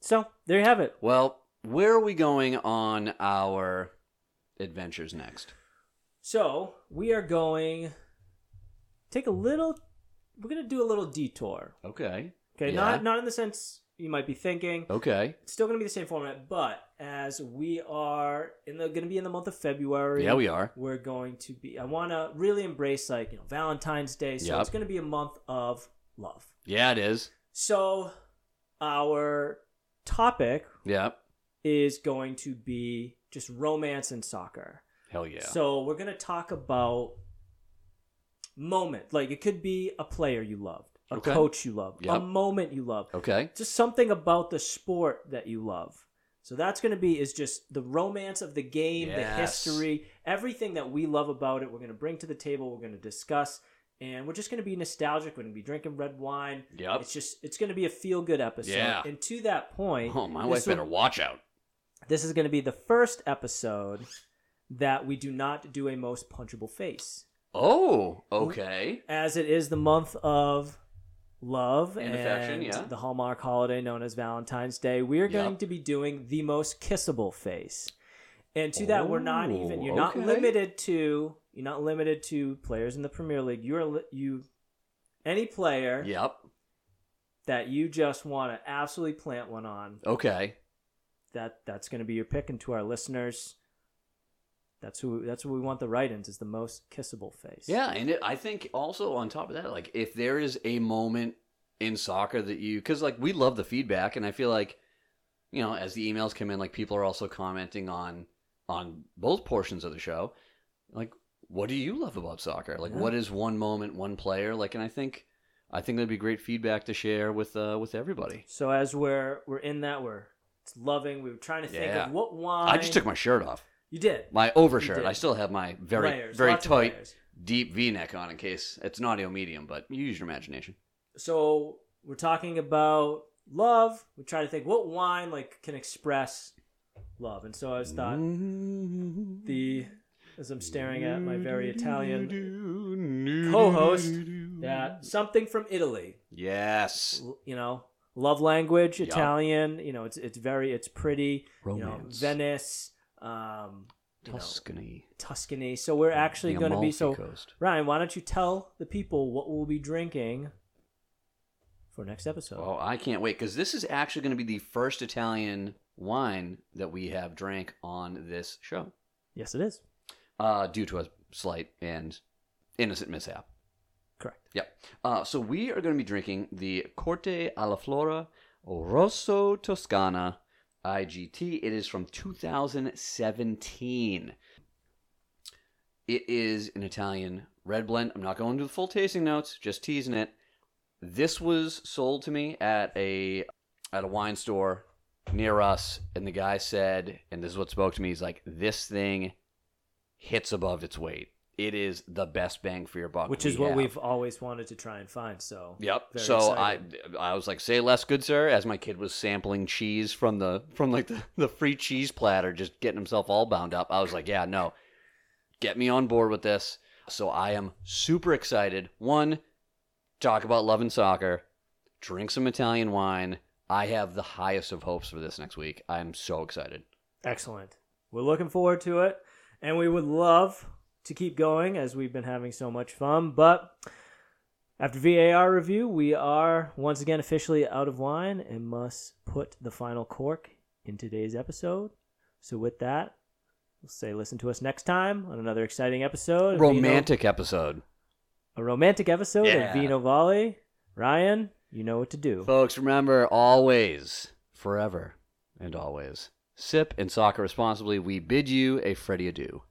Speaker 1: So there you have it.
Speaker 2: Well, where are we going on our adventures next?
Speaker 1: So we are going take a little. We're gonna do a little detour.
Speaker 2: Okay.
Speaker 1: Okay,
Speaker 2: Yeah.
Speaker 1: not not in the sense you might be thinking.
Speaker 2: Okay.
Speaker 1: It's still gonna be the same format, but as we are in the gonna be in the month of February.
Speaker 2: Yeah, we are.
Speaker 1: We're going to be. I want to really embrace like you know Valentine's Day, so
Speaker 2: Yep.
Speaker 1: it's gonna be a month of love.
Speaker 2: Yeah, it is.
Speaker 1: So our topic
Speaker 2: Yeah.
Speaker 1: is going to be just romance and soccer.
Speaker 2: Hell yeah.
Speaker 1: So we're gonna talk about moment. Like it could be a player you loved, a
Speaker 2: Okay.
Speaker 1: coach you love, a
Speaker 2: Yep.
Speaker 1: moment you love,
Speaker 2: okay.
Speaker 1: just something about the sport that you love. So that's going to be is just the romance of the game,
Speaker 2: Yes.
Speaker 1: the history, everything that we love about it. We're going to bring to the table. We're going to discuss, and we're just going to be nostalgic. We're going to be drinking red wine.
Speaker 2: Yep.
Speaker 1: It's just it's going to be a feel good episode.
Speaker 2: Yeah.
Speaker 1: And to that point,
Speaker 2: Oh, my
Speaker 1: this
Speaker 2: wife
Speaker 1: will-
Speaker 2: better watch out.
Speaker 1: this is going to be the first episode that we do not do a most punchable face,
Speaker 2: Oh, okay.
Speaker 1: as it is the month of love
Speaker 2: And affection, yeah.
Speaker 1: the hallmark holiday known as Valentine's Day. We are going
Speaker 2: Yep.
Speaker 1: to be doing the most kissable face, and to that we're not even.
Speaker 2: Oh,
Speaker 1: You're not
Speaker 2: okay.
Speaker 1: limited to. You're not limited to players in the Premier League. You are li- you. Any player
Speaker 2: Yep.
Speaker 1: that you just want to absolutely plant one on,
Speaker 2: Okay.
Speaker 1: that that's going to be your pick and to our listeners that's who that's what we want the write-ins is the most kissable face
Speaker 2: Yeah, and it, I think also on top of that, like if there is a moment in soccer that you, because like we love the feedback, and I feel like, you know, as the emails come in, like people are also commenting on on both portions of the show, like what do you love about soccer? Like
Speaker 1: Yeah.
Speaker 2: what is one moment, one player? Like, and I think I think that'd be great feedback to share with uh with everybody.
Speaker 1: so as we're we're in that we're it's loving we were trying to think
Speaker 2: Yeah.
Speaker 1: of what wine
Speaker 2: I just took my shirt off,
Speaker 1: you did
Speaker 2: my
Speaker 1: You
Speaker 2: overshirt.
Speaker 1: did.
Speaker 2: I still have my very
Speaker 1: Layers,
Speaker 2: very
Speaker 1: lots of
Speaker 2: tight
Speaker 1: layers.
Speaker 2: deep V neck on in case it's an audio medium, but you use your imagination.
Speaker 1: so we're talking about love we try to think what wine like can express love and so i was thought the
Speaker 2: Mm-hmm.
Speaker 1: as i'm staring at my very italian co-host that something from italy
Speaker 2: Yes.
Speaker 1: l- you know love language
Speaker 2: Yup.
Speaker 1: italian you know it's it's very it's pretty you know
Speaker 2: Romance.
Speaker 1: venice um you know,
Speaker 2: Tuscany.
Speaker 1: tuscany so we're actually
Speaker 2: The
Speaker 1: going to be so
Speaker 2: Amalfi Coast.
Speaker 1: ryan why don't you tell the people what we'll be drinking for next episode
Speaker 2: Oh, I can't wait because this is actually going to be the first Italian wine that we have drank on this show,
Speaker 1: yes it is
Speaker 2: uh, due to a slight and innocent mishap.
Speaker 1: correct
Speaker 2: Yep. Uh, so we are going to be drinking the Corte alla Flora Rosso Toscana IGT. It is from 2017. It is an Italian red blend. I'm not going to the full tasting notes, just teasing it. This was sold to me at a at a wine store near us, and the guy said, and this is what spoke to me. He's like, "This thing hits above its weight. It is the best bang for your buck."
Speaker 1: which is
Speaker 2: we
Speaker 1: what
Speaker 2: have."
Speaker 1: we've always wanted to try and find so
Speaker 2: Yep.
Speaker 1: very
Speaker 2: so
Speaker 1: excited.
Speaker 2: I I was like, say less, good sir, as my kid was sampling cheese from the from like the, the free cheese platter, just getting himself all bound up. I was like, yeah, no. Get me on board with this. So I am super excited. One, talk about love and soccer, drink some Italian wine. I have the highest of hopes for this next week. I'm so excited.
Speaker 1: excellent we're looking forward to it and we would love to keep going as we've been having so much fun but After VAR review, we are once again officially out of wine and must put the final cork in today's episode. So, with that, we'll say listen to us next time on another exciting episode. of
Speaker 2: Romantic episode.
Speaker 1: Vino- a romantic episode
Speaker 2: Yeah.
Speaker 1: of Vino Volley. Ryan, you know what to do.
Speaker 2: Folks, remember always, forever, and always, sip and soccer responsibly. We bid you a Freddy adieu.